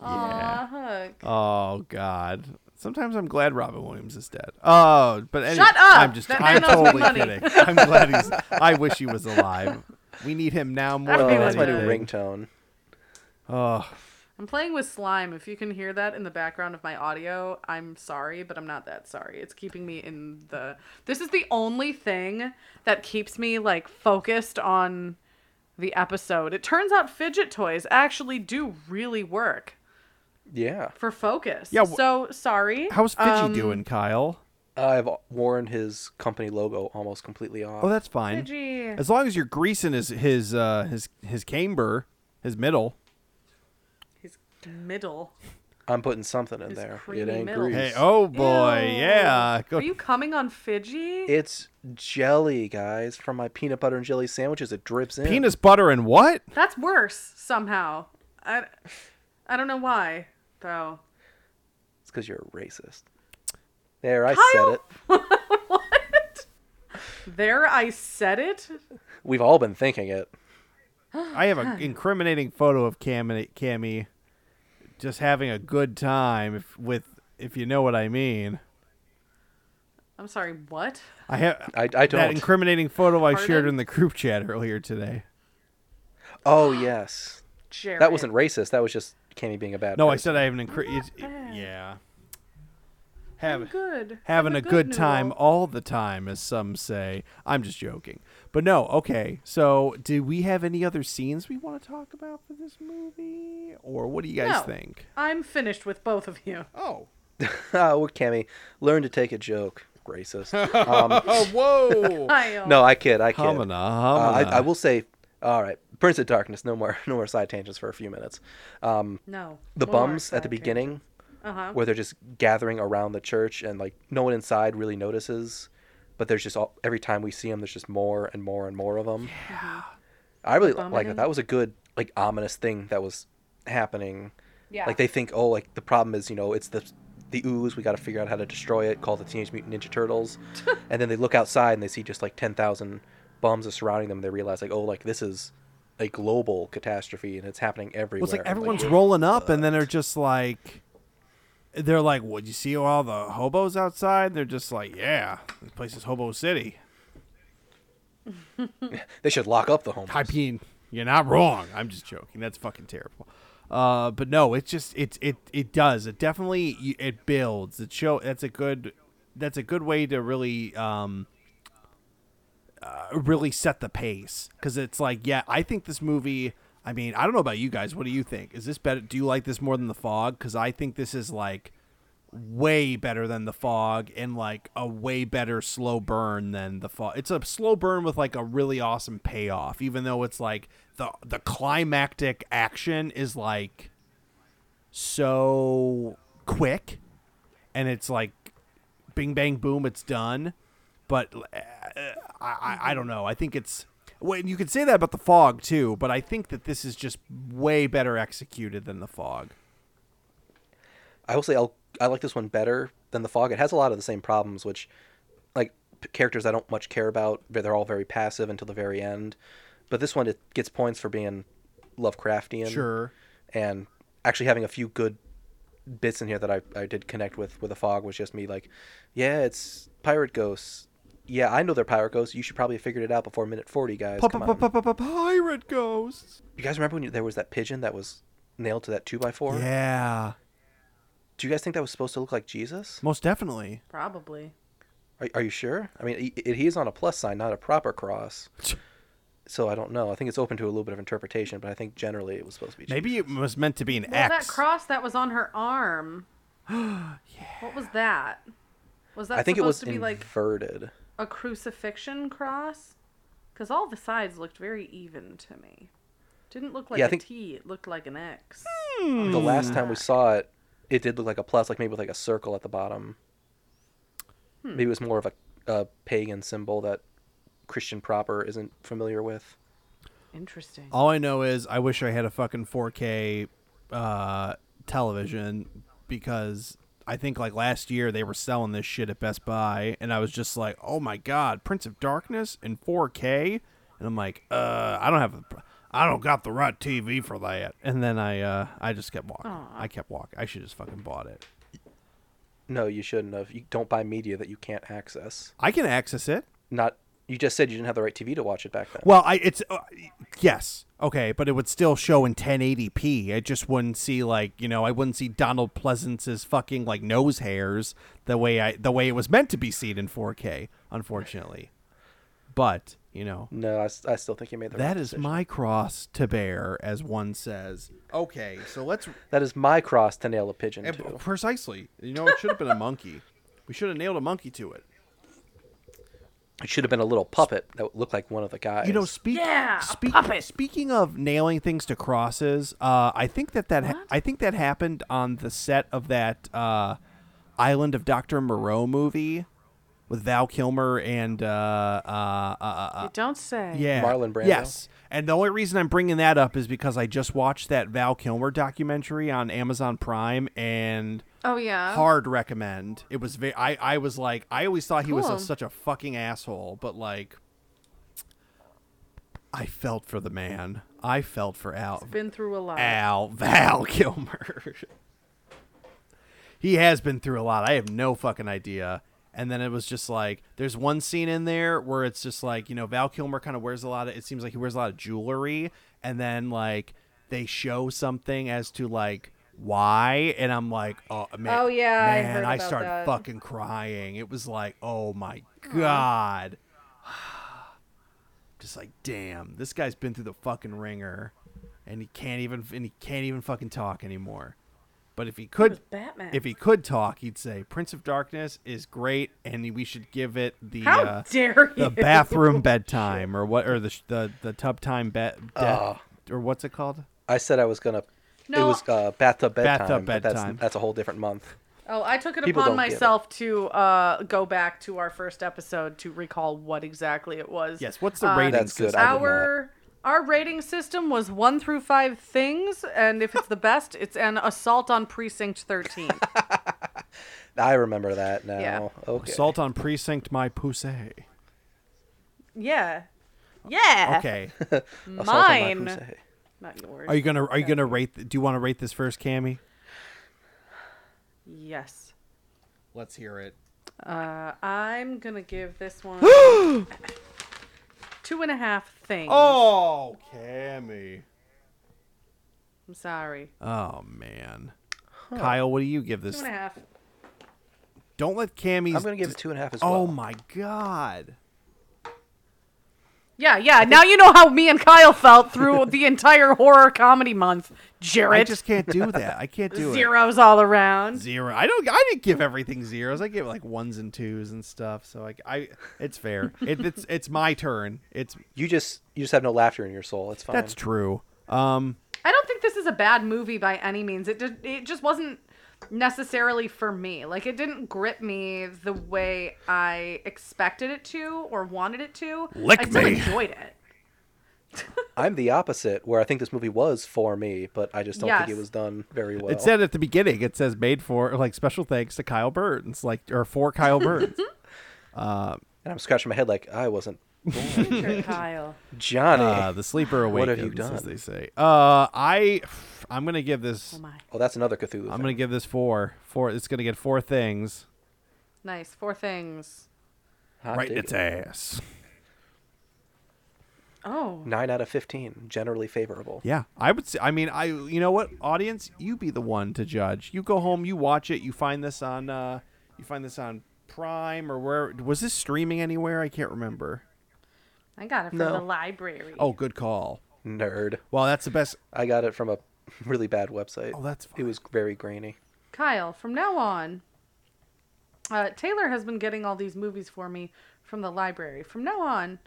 Aw, Hook.
Oh God. Sometimes I'm glad Robin Williams is dead. Oh, but anyway,
Shut up!
I'm just
That
I'm
man owes me
totally
money.
kidding. I'm glad he's. I wish he was alive. We need
(laughs)
him now more.
That'd
Than
be
that's my new
Yeah.
anything.
ringtone
Oh,
I'm playing with slime. If you can hear that in the background of my audio, I'm sorry, but I'm not that sorry. It's keeping me in the. This is the only thing that keeps me like focused on the episode. It turns out fidget toys actually do really work
yeah
for focus.
Yeah, wh-
so sorry.
how's Fidgy
Um,
doing, Kyle?
i've worn his company logo almost completely off
Oh, that's fine.
Fidgy.
As long as you're greasing his his uh, his his camber, his middle.
His middle.
i'm putting something in
His
there it
creamy
ain't
middle.
grease
Hey, oh boy,
Ew.
yeah. Go,
Are you coming on Fidgy?
it's jelly guys from my peanut butter and jelly sandwiches it drips in
(laughs) penis butter and what?
That's worse somehow. I, I don't know why though.
It's because you're a racist. There, I said
Kyle!
it.
what? There, I said it.
We've all been thinking it.
I
(laughs)
have an incriminating photo of Cam Cammy just having a good time if, with if you know what I mean.
I'm sorry. What?
I have
I, I
that
don't.
incriminating photo I shared
Pardon?
in the group chat earlier today.
oh, yes.
Jared.
That wasn't racist. That was just Cammy being a bad
No, I
person.
said I have an incre- it's- it- yeah. having
good.
having
I'm
a,
a
good,
good
time
noodle.
all the time, as some say. I'm just joking, but no. Okay, so do we have any other scenes we want to talk about for this movie, or what do you guys
No.
think?
I'm finished with both of you.
Oh,
(laughs) oh, well, Cammy, learn to take a joke.
(laughs)
Racist. Um,
(laughs)
oh, (laughs) whoa!
I uh,
no, I kid. I kid.
Humana,
Uh, I,
humana.
I will say, all right, Prince of Darkness. No more, (laughs) no more side tangents for a few minutes. Um,
no.
the
One more
bums at the
side tangent.
beginning,
Uh-huh.
where they're just gathering around the church, and like no one inside really notices, but there's just all, every time we see them, there's just more and more and more of them. Yeah. I really
bumming
like that.
them.
That was a good, like ominous thing that was happening.
Yeah.
Like they think, oh, like the problem is, you know, it's the the ooze. We got to figure out how to destroy it. Call the Teenage Mutant Ninja Turtles, and then they look outside and they see just like ten thousand bums are surrounding them. They realize like, oh, like this is a global catastrophe and it's happening everywhere.
Well, it's like
I'm
everyone's rolling up, and then they're just like, they're like, "What? You see all the hobos outside?" They're just like, "Yeah, this place is Hobo City."
they should lock up the homeless.
I mean, you're not wrong. I'm just joking. That's fucking terrible. Uh, but no, it's just it's it it does it definitely y- it builds. It show that's a good that's a good way to really um uh, really set the pace because it's like yeah, I think this movie. I mean, I don't know about you guys. What do you think? Is this better? Do you like this more than the fog? Because I think this is like way better than the fog and like a way better slow burn than the fog. It's a slow burn with like a really awesome payoff, even though it's like the the climactic action is like so quick and it's like bing bang boom it's done but uh, I, I i don't know i think it's well, you could say that about the fog too but i think that this is just way better executed than the fog
I will say I'll, I like this one better than the fog. It has a lot of the same problems, which like p- characters I don't much care about. but They're all very passive until the very end. But this one it gets points for being Lovecraftian.
Sure.
And actually having a few good bits in here that I, I did connect with with the fog was just me like, yeah, it's pirate ghosts. Yeah, I know they're pirate ghosts. You should probably have figured it out before minute forty, guys. Come on.
pirate ghosts
You guys remember when you, there was that pigeon that was nailed to that two by four?
yeah
Do you guys think that was supposed to look like Jesus?
Most definitely.
Probably.
Are, are you sure? I mean, he, he is on a plus sign, not a proper cross. So I don't know. I think it's open to a little bit of interpretation, but I think generally it was supposed to be.
Maybe it was meant to be an
Well, that
X.
cross that was on her
(gasps)
arm. What was that? Was that
I think it
supposed
was
to be like
inverted.
a crucifixion cross? Because all the sides looked very even to me. Didn't look like
Yeah,
a
I
T.
think-
It looked like an X.
Hmm.
Hmm.
The last time we saw it, it did look like a plus, like maybe with like a circle at the bottom.
Hmm.
Maybe it was more of a, a pagan symbol that Christian proper isn't familiar with.
Interesting.
All I know is I wish I had a fucking 4K uh, television because I think like last year they were selling this shit at Best Buy and I was just like, "Oh my god, Prince of Darkness in 4K?" And I'm like, "Uh, I don't have a I don't got the right TV for that." And then I uh I just kept walking. I kept walking. I should just fucking bought it.
No, you shouldn't have. You don't buy media that you can't access.
I can access it.
Not. You just said you didn't have the right TV to watch it back then.
Well, I it's uh, yes, okay, but it would still show in 1080p. I just wouldn't see like you know I wouldn't see Donald Pleasance's fucking like nose hairs the way I the way it was meant to be seen in 4K. Unfortunately, but you know
no, I, s- I still think you made the right
that is
decision.
my cross to bear, as one says. Okay, so let's
that is my cross to nail a pigeon
and-
to.
precisely. You know it should have been a monkey. We should have nailed a monkey to it.
It should have been a little puppet that looked like one of the guys.
You know, speak,
Yeah, a
speak-
puppet.
speaking of nailing things to crosses, uh, I think that that ha- I think that happened on the set of that uh, Island of Doctor Moreau movie with Val Kilmer and uh, uh, uh, uh,
you don't say.
yeah,
Marlon Brando?
Yes, and the only reason I'm bringing that up is because I just watched that Val Kilmer documentary on Amazon Prime and
Oh yeah.
hard recommend. It was very. I I was like, I always thought he was a,
Cool.
such a fucking asshole, but like, I felt for the man. I felt for Al.
Been through a lot.
Al Val (laughs) Kilmer. he has been through a lot. I have no fucking idea. And then it was just like there's one scene in there where it's just like, you know, Val Kilmer kind of wears a lot of it seems like he wears a lot of jewelry and then like they show something as to like why? And I'm like, oh man,
Oh, yeah, I
man,
heard
I,
about
started
that.
fucking crying. It was like, oh my god, just like damn, this guy's been through the fucking ringer, and he can't even and he can't even fucking talk anymore. But if he could,
Batman.
if he could talk, he'd say Prince of Darkness is great, and we should give it the
How
uh,
dare you?
the bathroom bedtime or what or the sh- the, the tub time bed
Oh.
or what's it called?
I said I was gonna. It
No.
was uh, bathtub bedtime.
Bathtub
but
bedtime.
That's, that's a whole different month.
Oh, I took it
People
upon
don't get it.
myself to uh, go back to our first episode to recall what exactly it was.
Yes, what's the
Uh,
rating?
That's good.
system?
I did
Our our rating system was one through five things, and if it's the best, it's an assault on precinct
(laughs)
thirteen.
I remember that now.
Yeah.
Okay.
Assault on precinct my pussy.
yeah, yeah.
Okay.
Assault on my
Mine.
pussy.
Not yours.
Are you
(laughs)
gonna are you gonna rate th- do you wanna rate this first, Cammy?
yes.
Let's hear it.
Uh, I'm gonna give this
(gasps)
one two and a half things.
Oh Cammy.
I'm sorry.
Oh man. Kyle, what do you give this?
Two and a half.
Don't let Cammy's
I'm gonna give it two and a half as well.
Oh my god.
Yeah, yeah. Now you know how me and Kyle felt through
(laughs)
the entire horror comedy month,
I
Jared.
just can't do that. I can't do it.
zeros all around.
zero. I don't. I didn't give everything zeros. I give like ones and twos and stuff. So like I, it's fair. It, it's it's my turn. It's
You just you just have no laughter in your soul. It's fine.
that's true. Um,
I don't think this is a bad movie by any means. It did, it just wasn't necessarily for me. Like it didn't grip me the way I expected it to or wanted it to.
Lick
I still
me.
enjoyed
(laughs)
it.
I'm the opposite, where I think this movie was for me, but I just don't think
Yes.
it was done very well.
it said at the beginning. It says made for like special thanks to Kyle Bird. It's like or for Kyle Bird.
(laughs) and I'm scratching my head like I wasn't
Sure, Kyle.
Johnny.
uh, the sleeper
What
awakens.
have you done?
As they say. Uh, I, I'm gonna give this.
Oh my.
oh, that's another Cthulhu.
I'm
thing.
gonna give this four. Four. It's gonna get four things.
Nice. Four things.
Hot
right in
dig.
its ass.
Oh.
nine out of fifteen, generally favorable.
Yeah, I would say. I mean, I you know what, audience, you be the one to judge. You go home, you watch it, you find this on, uh, you find this on Prime or where was this streaming anywhere? I can't remember.
I got it from
No.
the library.
Oh, good call.
Nerd.
Well, that's the best.
I got it from a (laughs) really bad website.
Oh, that's
It
fine.
was very grainy.
Kyle, from now on, uh, Taylor has been getting all these movies for me from the library. From now on,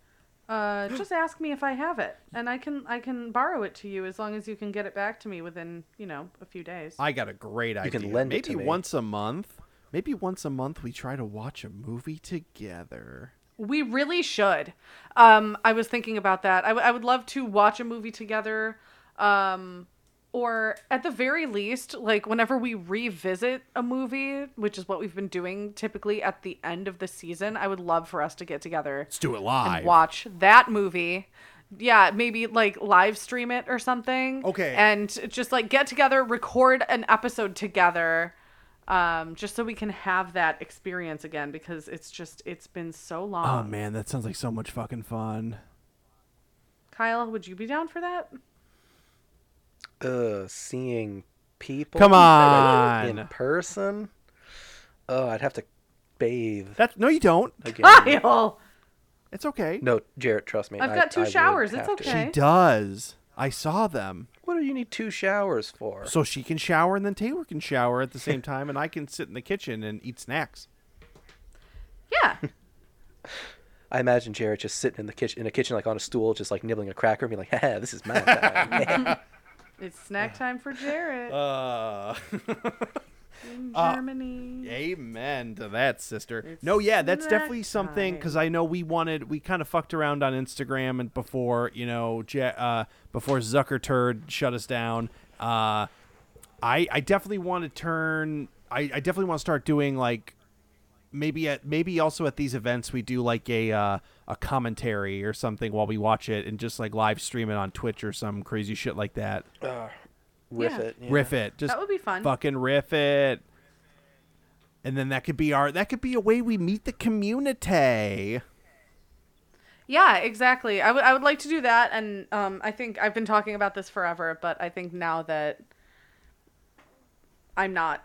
uh, just ask me if I have it, and I can I can borrow it to you as long as you can get it back to me within you know a few days.
I got a great idea.
can lend
maybe
it to me.
once a month. Maybe once a month we try to watch a movie together.
We really should. Um, I was thinking about that. I, w- I would love to watch a movie together. Um, or at the very least, like whenever we revisit a movie, which is what we've been doing typically at the end of the season, I would love for us to get together
Let's do it
and
live.
watch that movie. Yeah, maybe like live stream it or something.
Okay.
And just like get together, record an episode together, um, just so we can have that experience again because it's just it's been so
Oh
long.
man, that sounds like so much fucking fun.
Kyle, would you be down for that?
Ugh, seeing people.
Come
In
on.
person. Oh, I'd have to bathe
That's no, you don't.
again.
Kyle,
It's okay.
No, Jarrett, trust me.
I've
I-
got two
I would
showers, it's
have to.
okay.
She does. I saw them.
What do you need two showers for?
So she can shower and then Taylor can shower at the same time and I can sit in the kitchen and eat snacks.
yeah.
I imagine Jarrett just sitting in the kitchen, in a kitchen, like on a stool, just like nibbling a cracker, and being like, "Ha, "This is
(laughs)
my time."
It's snack time for Jarrett
Uh
in Germany.
amen to that, sister.
It's
no, yeah, that's
snack
definitely something cuz I know we wanted we kind of fucked around on Instagram and before, you know, Ja- uh before Zucker turd shut us down. Uh I I definitely want to turn I I definitely want to start doing like maybe at maybe also at these events we do like a uh, a commentary or something while we watch it and just like live stream it on Twitch or some crazy shit like that.
Riff
Yeah.
it. yeah.
Riff it, just
That would be fun.
Fucking riff it, and then that could be our that could be a way we meet the community.
Yeah, exactly. I would I would like to do that and um I think I've been talking about this forever, but I think now that I'm not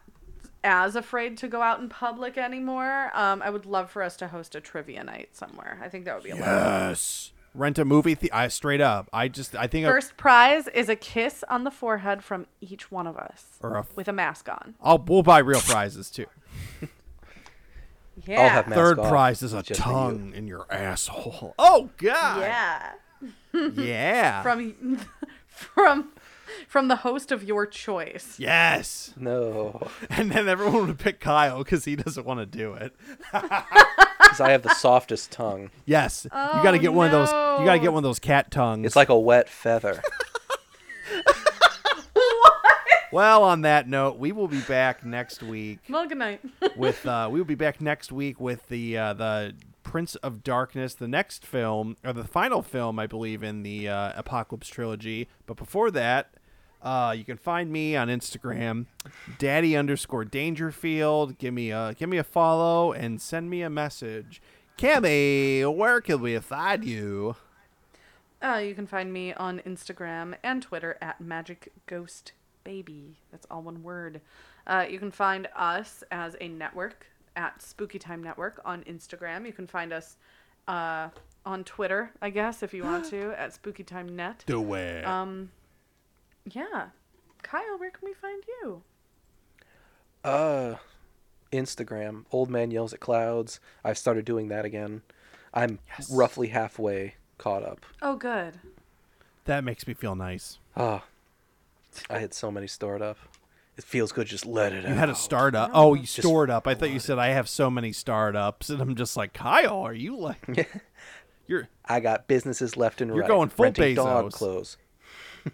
as afraid to go out in public anymore. Um, I would love for us to host a trivia night somewhere. I think that would be a lot.
Yes. Rent a movie. The- I straight up. I just. I think. I-
First prize is a kiss on the forehead from each one of us
or a-
with a mask on.
I'll. We'll buy real prizes too.
Yeah.
I'll have mask
Third
off,
prize is a
just for you.
tongue in your asshole. Oh God.
Yeah.
Yeah.
(laughs)
Yeah.
From from from the host of your choice. (laughs)
yes.
No,
And then everyone would pick Kyle because he doesn't want to do it.
because I have the (laughs) softest tongue.
Yes. you got to
Oh,
get one of those. You got to
no.
get one of those cat tongues.
It's like a wet feather.
Well, on that note, we will be back next week
Well, good night. (laughs)
with uh, we will be back next week with the uh, the Prince of Darkness, the next film or the final film, I believe, in the uh, Apocalypse trilogy. But before that, uh, you can find me on Instagram, Daddy underscore Dangerfield. Give me a give me a follow and send me a message. Cammy, where can we find you?
Uh, you can find me on Instagram and Twitter at Magic Ghost Baby. That's all one word. Uh, you can find us as a network at Spooky Time Network on Instagram. You can find us uh, on Twitter, I guess, if you
(gasps)
want to, at Spooky Time Net.
Do it.
Yeah. Kyle, where can we find you?
Uh, Instagram. Old man yells at clouds. I've started doing that again. I'm roughly halfway caught up.
Oh, good.
that makes me feel nice.
Ah, I had so many stored up. It feels good. Just let it
You
out.
had a startup. Oh, you
Just
stored up. I thought you said I have so many startups, and I'm just like Kyle. Are
(laughs)
you like? you're
I got businesses left and
You're
right.
going full
renting dog
Bezos.
clothes. (laughs)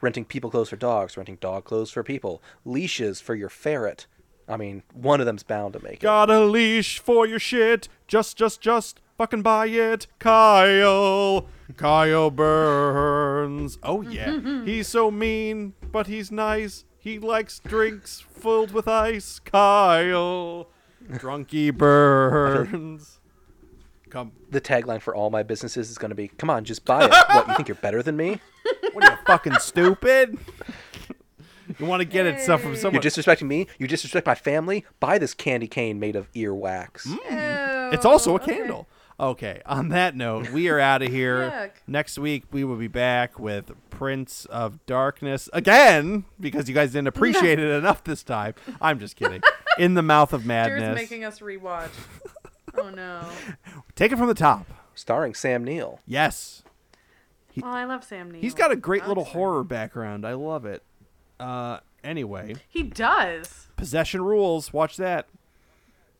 renting people clothes for dogs, renting dog clothes for people, leashes for your ferret. I mean, one of them's bound to make
got a leash for your shit. Just, just, just fucking buy it, Kyle. Kyle Burns. Oh yeah, he's so mean, but he's nice. He likes drinks filled with ice, Kyle. Drunky Burns. Come,
it. The tagline for all my businesses is going to be, "Come on, just buy it." what, you think you're better than
(laughs)
me?
what are you fucking stupid? You want to get it stuff from someone?
You're disrespecting me? You disrespect my family? Buy this candy cane made of earwax.
Mm. It's also
Oh,
a candle. Okay. On that note, we
(laughs)
are out of here.
Yuck.
Next week we will be back with Prince of Darkness again because you guys didn't
(laughs)
appreciate it enough this time. I'm just kidding. In the mouth of
Here's
madness.
making us
(laughs)
rewatch. oh, no.
Take it from the top.
Starring Sam Neill.
Yes.
Oh, I love Sam Neill.
He's got a great little horror background. I love it. Uh anyway,
He does.
Possession Rules, watch that.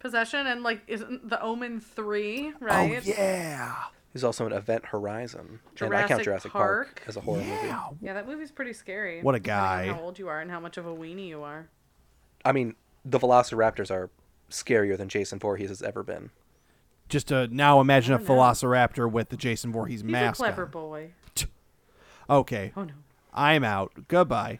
Possession and, like, isn't The Omen 3, right?
Oh yeah.
He's also in Event Horizon. and I
Jurassic
count Jurassic
Park.
as a horror movie.
Yeah.
Yeah, that movie's pretty scary.
What a
depending on
guy.
How old you are and how much of a weenie you are.
I mean, the Velociraptors are scarier than Jason Voorhees has ever been.
Just uh, now imagine a
don't know.
velociraptor with the Jason Voorhees
He's
mask.
a clever
on.
boy.
Okay.
Oh no.
I'm out. Goodbye.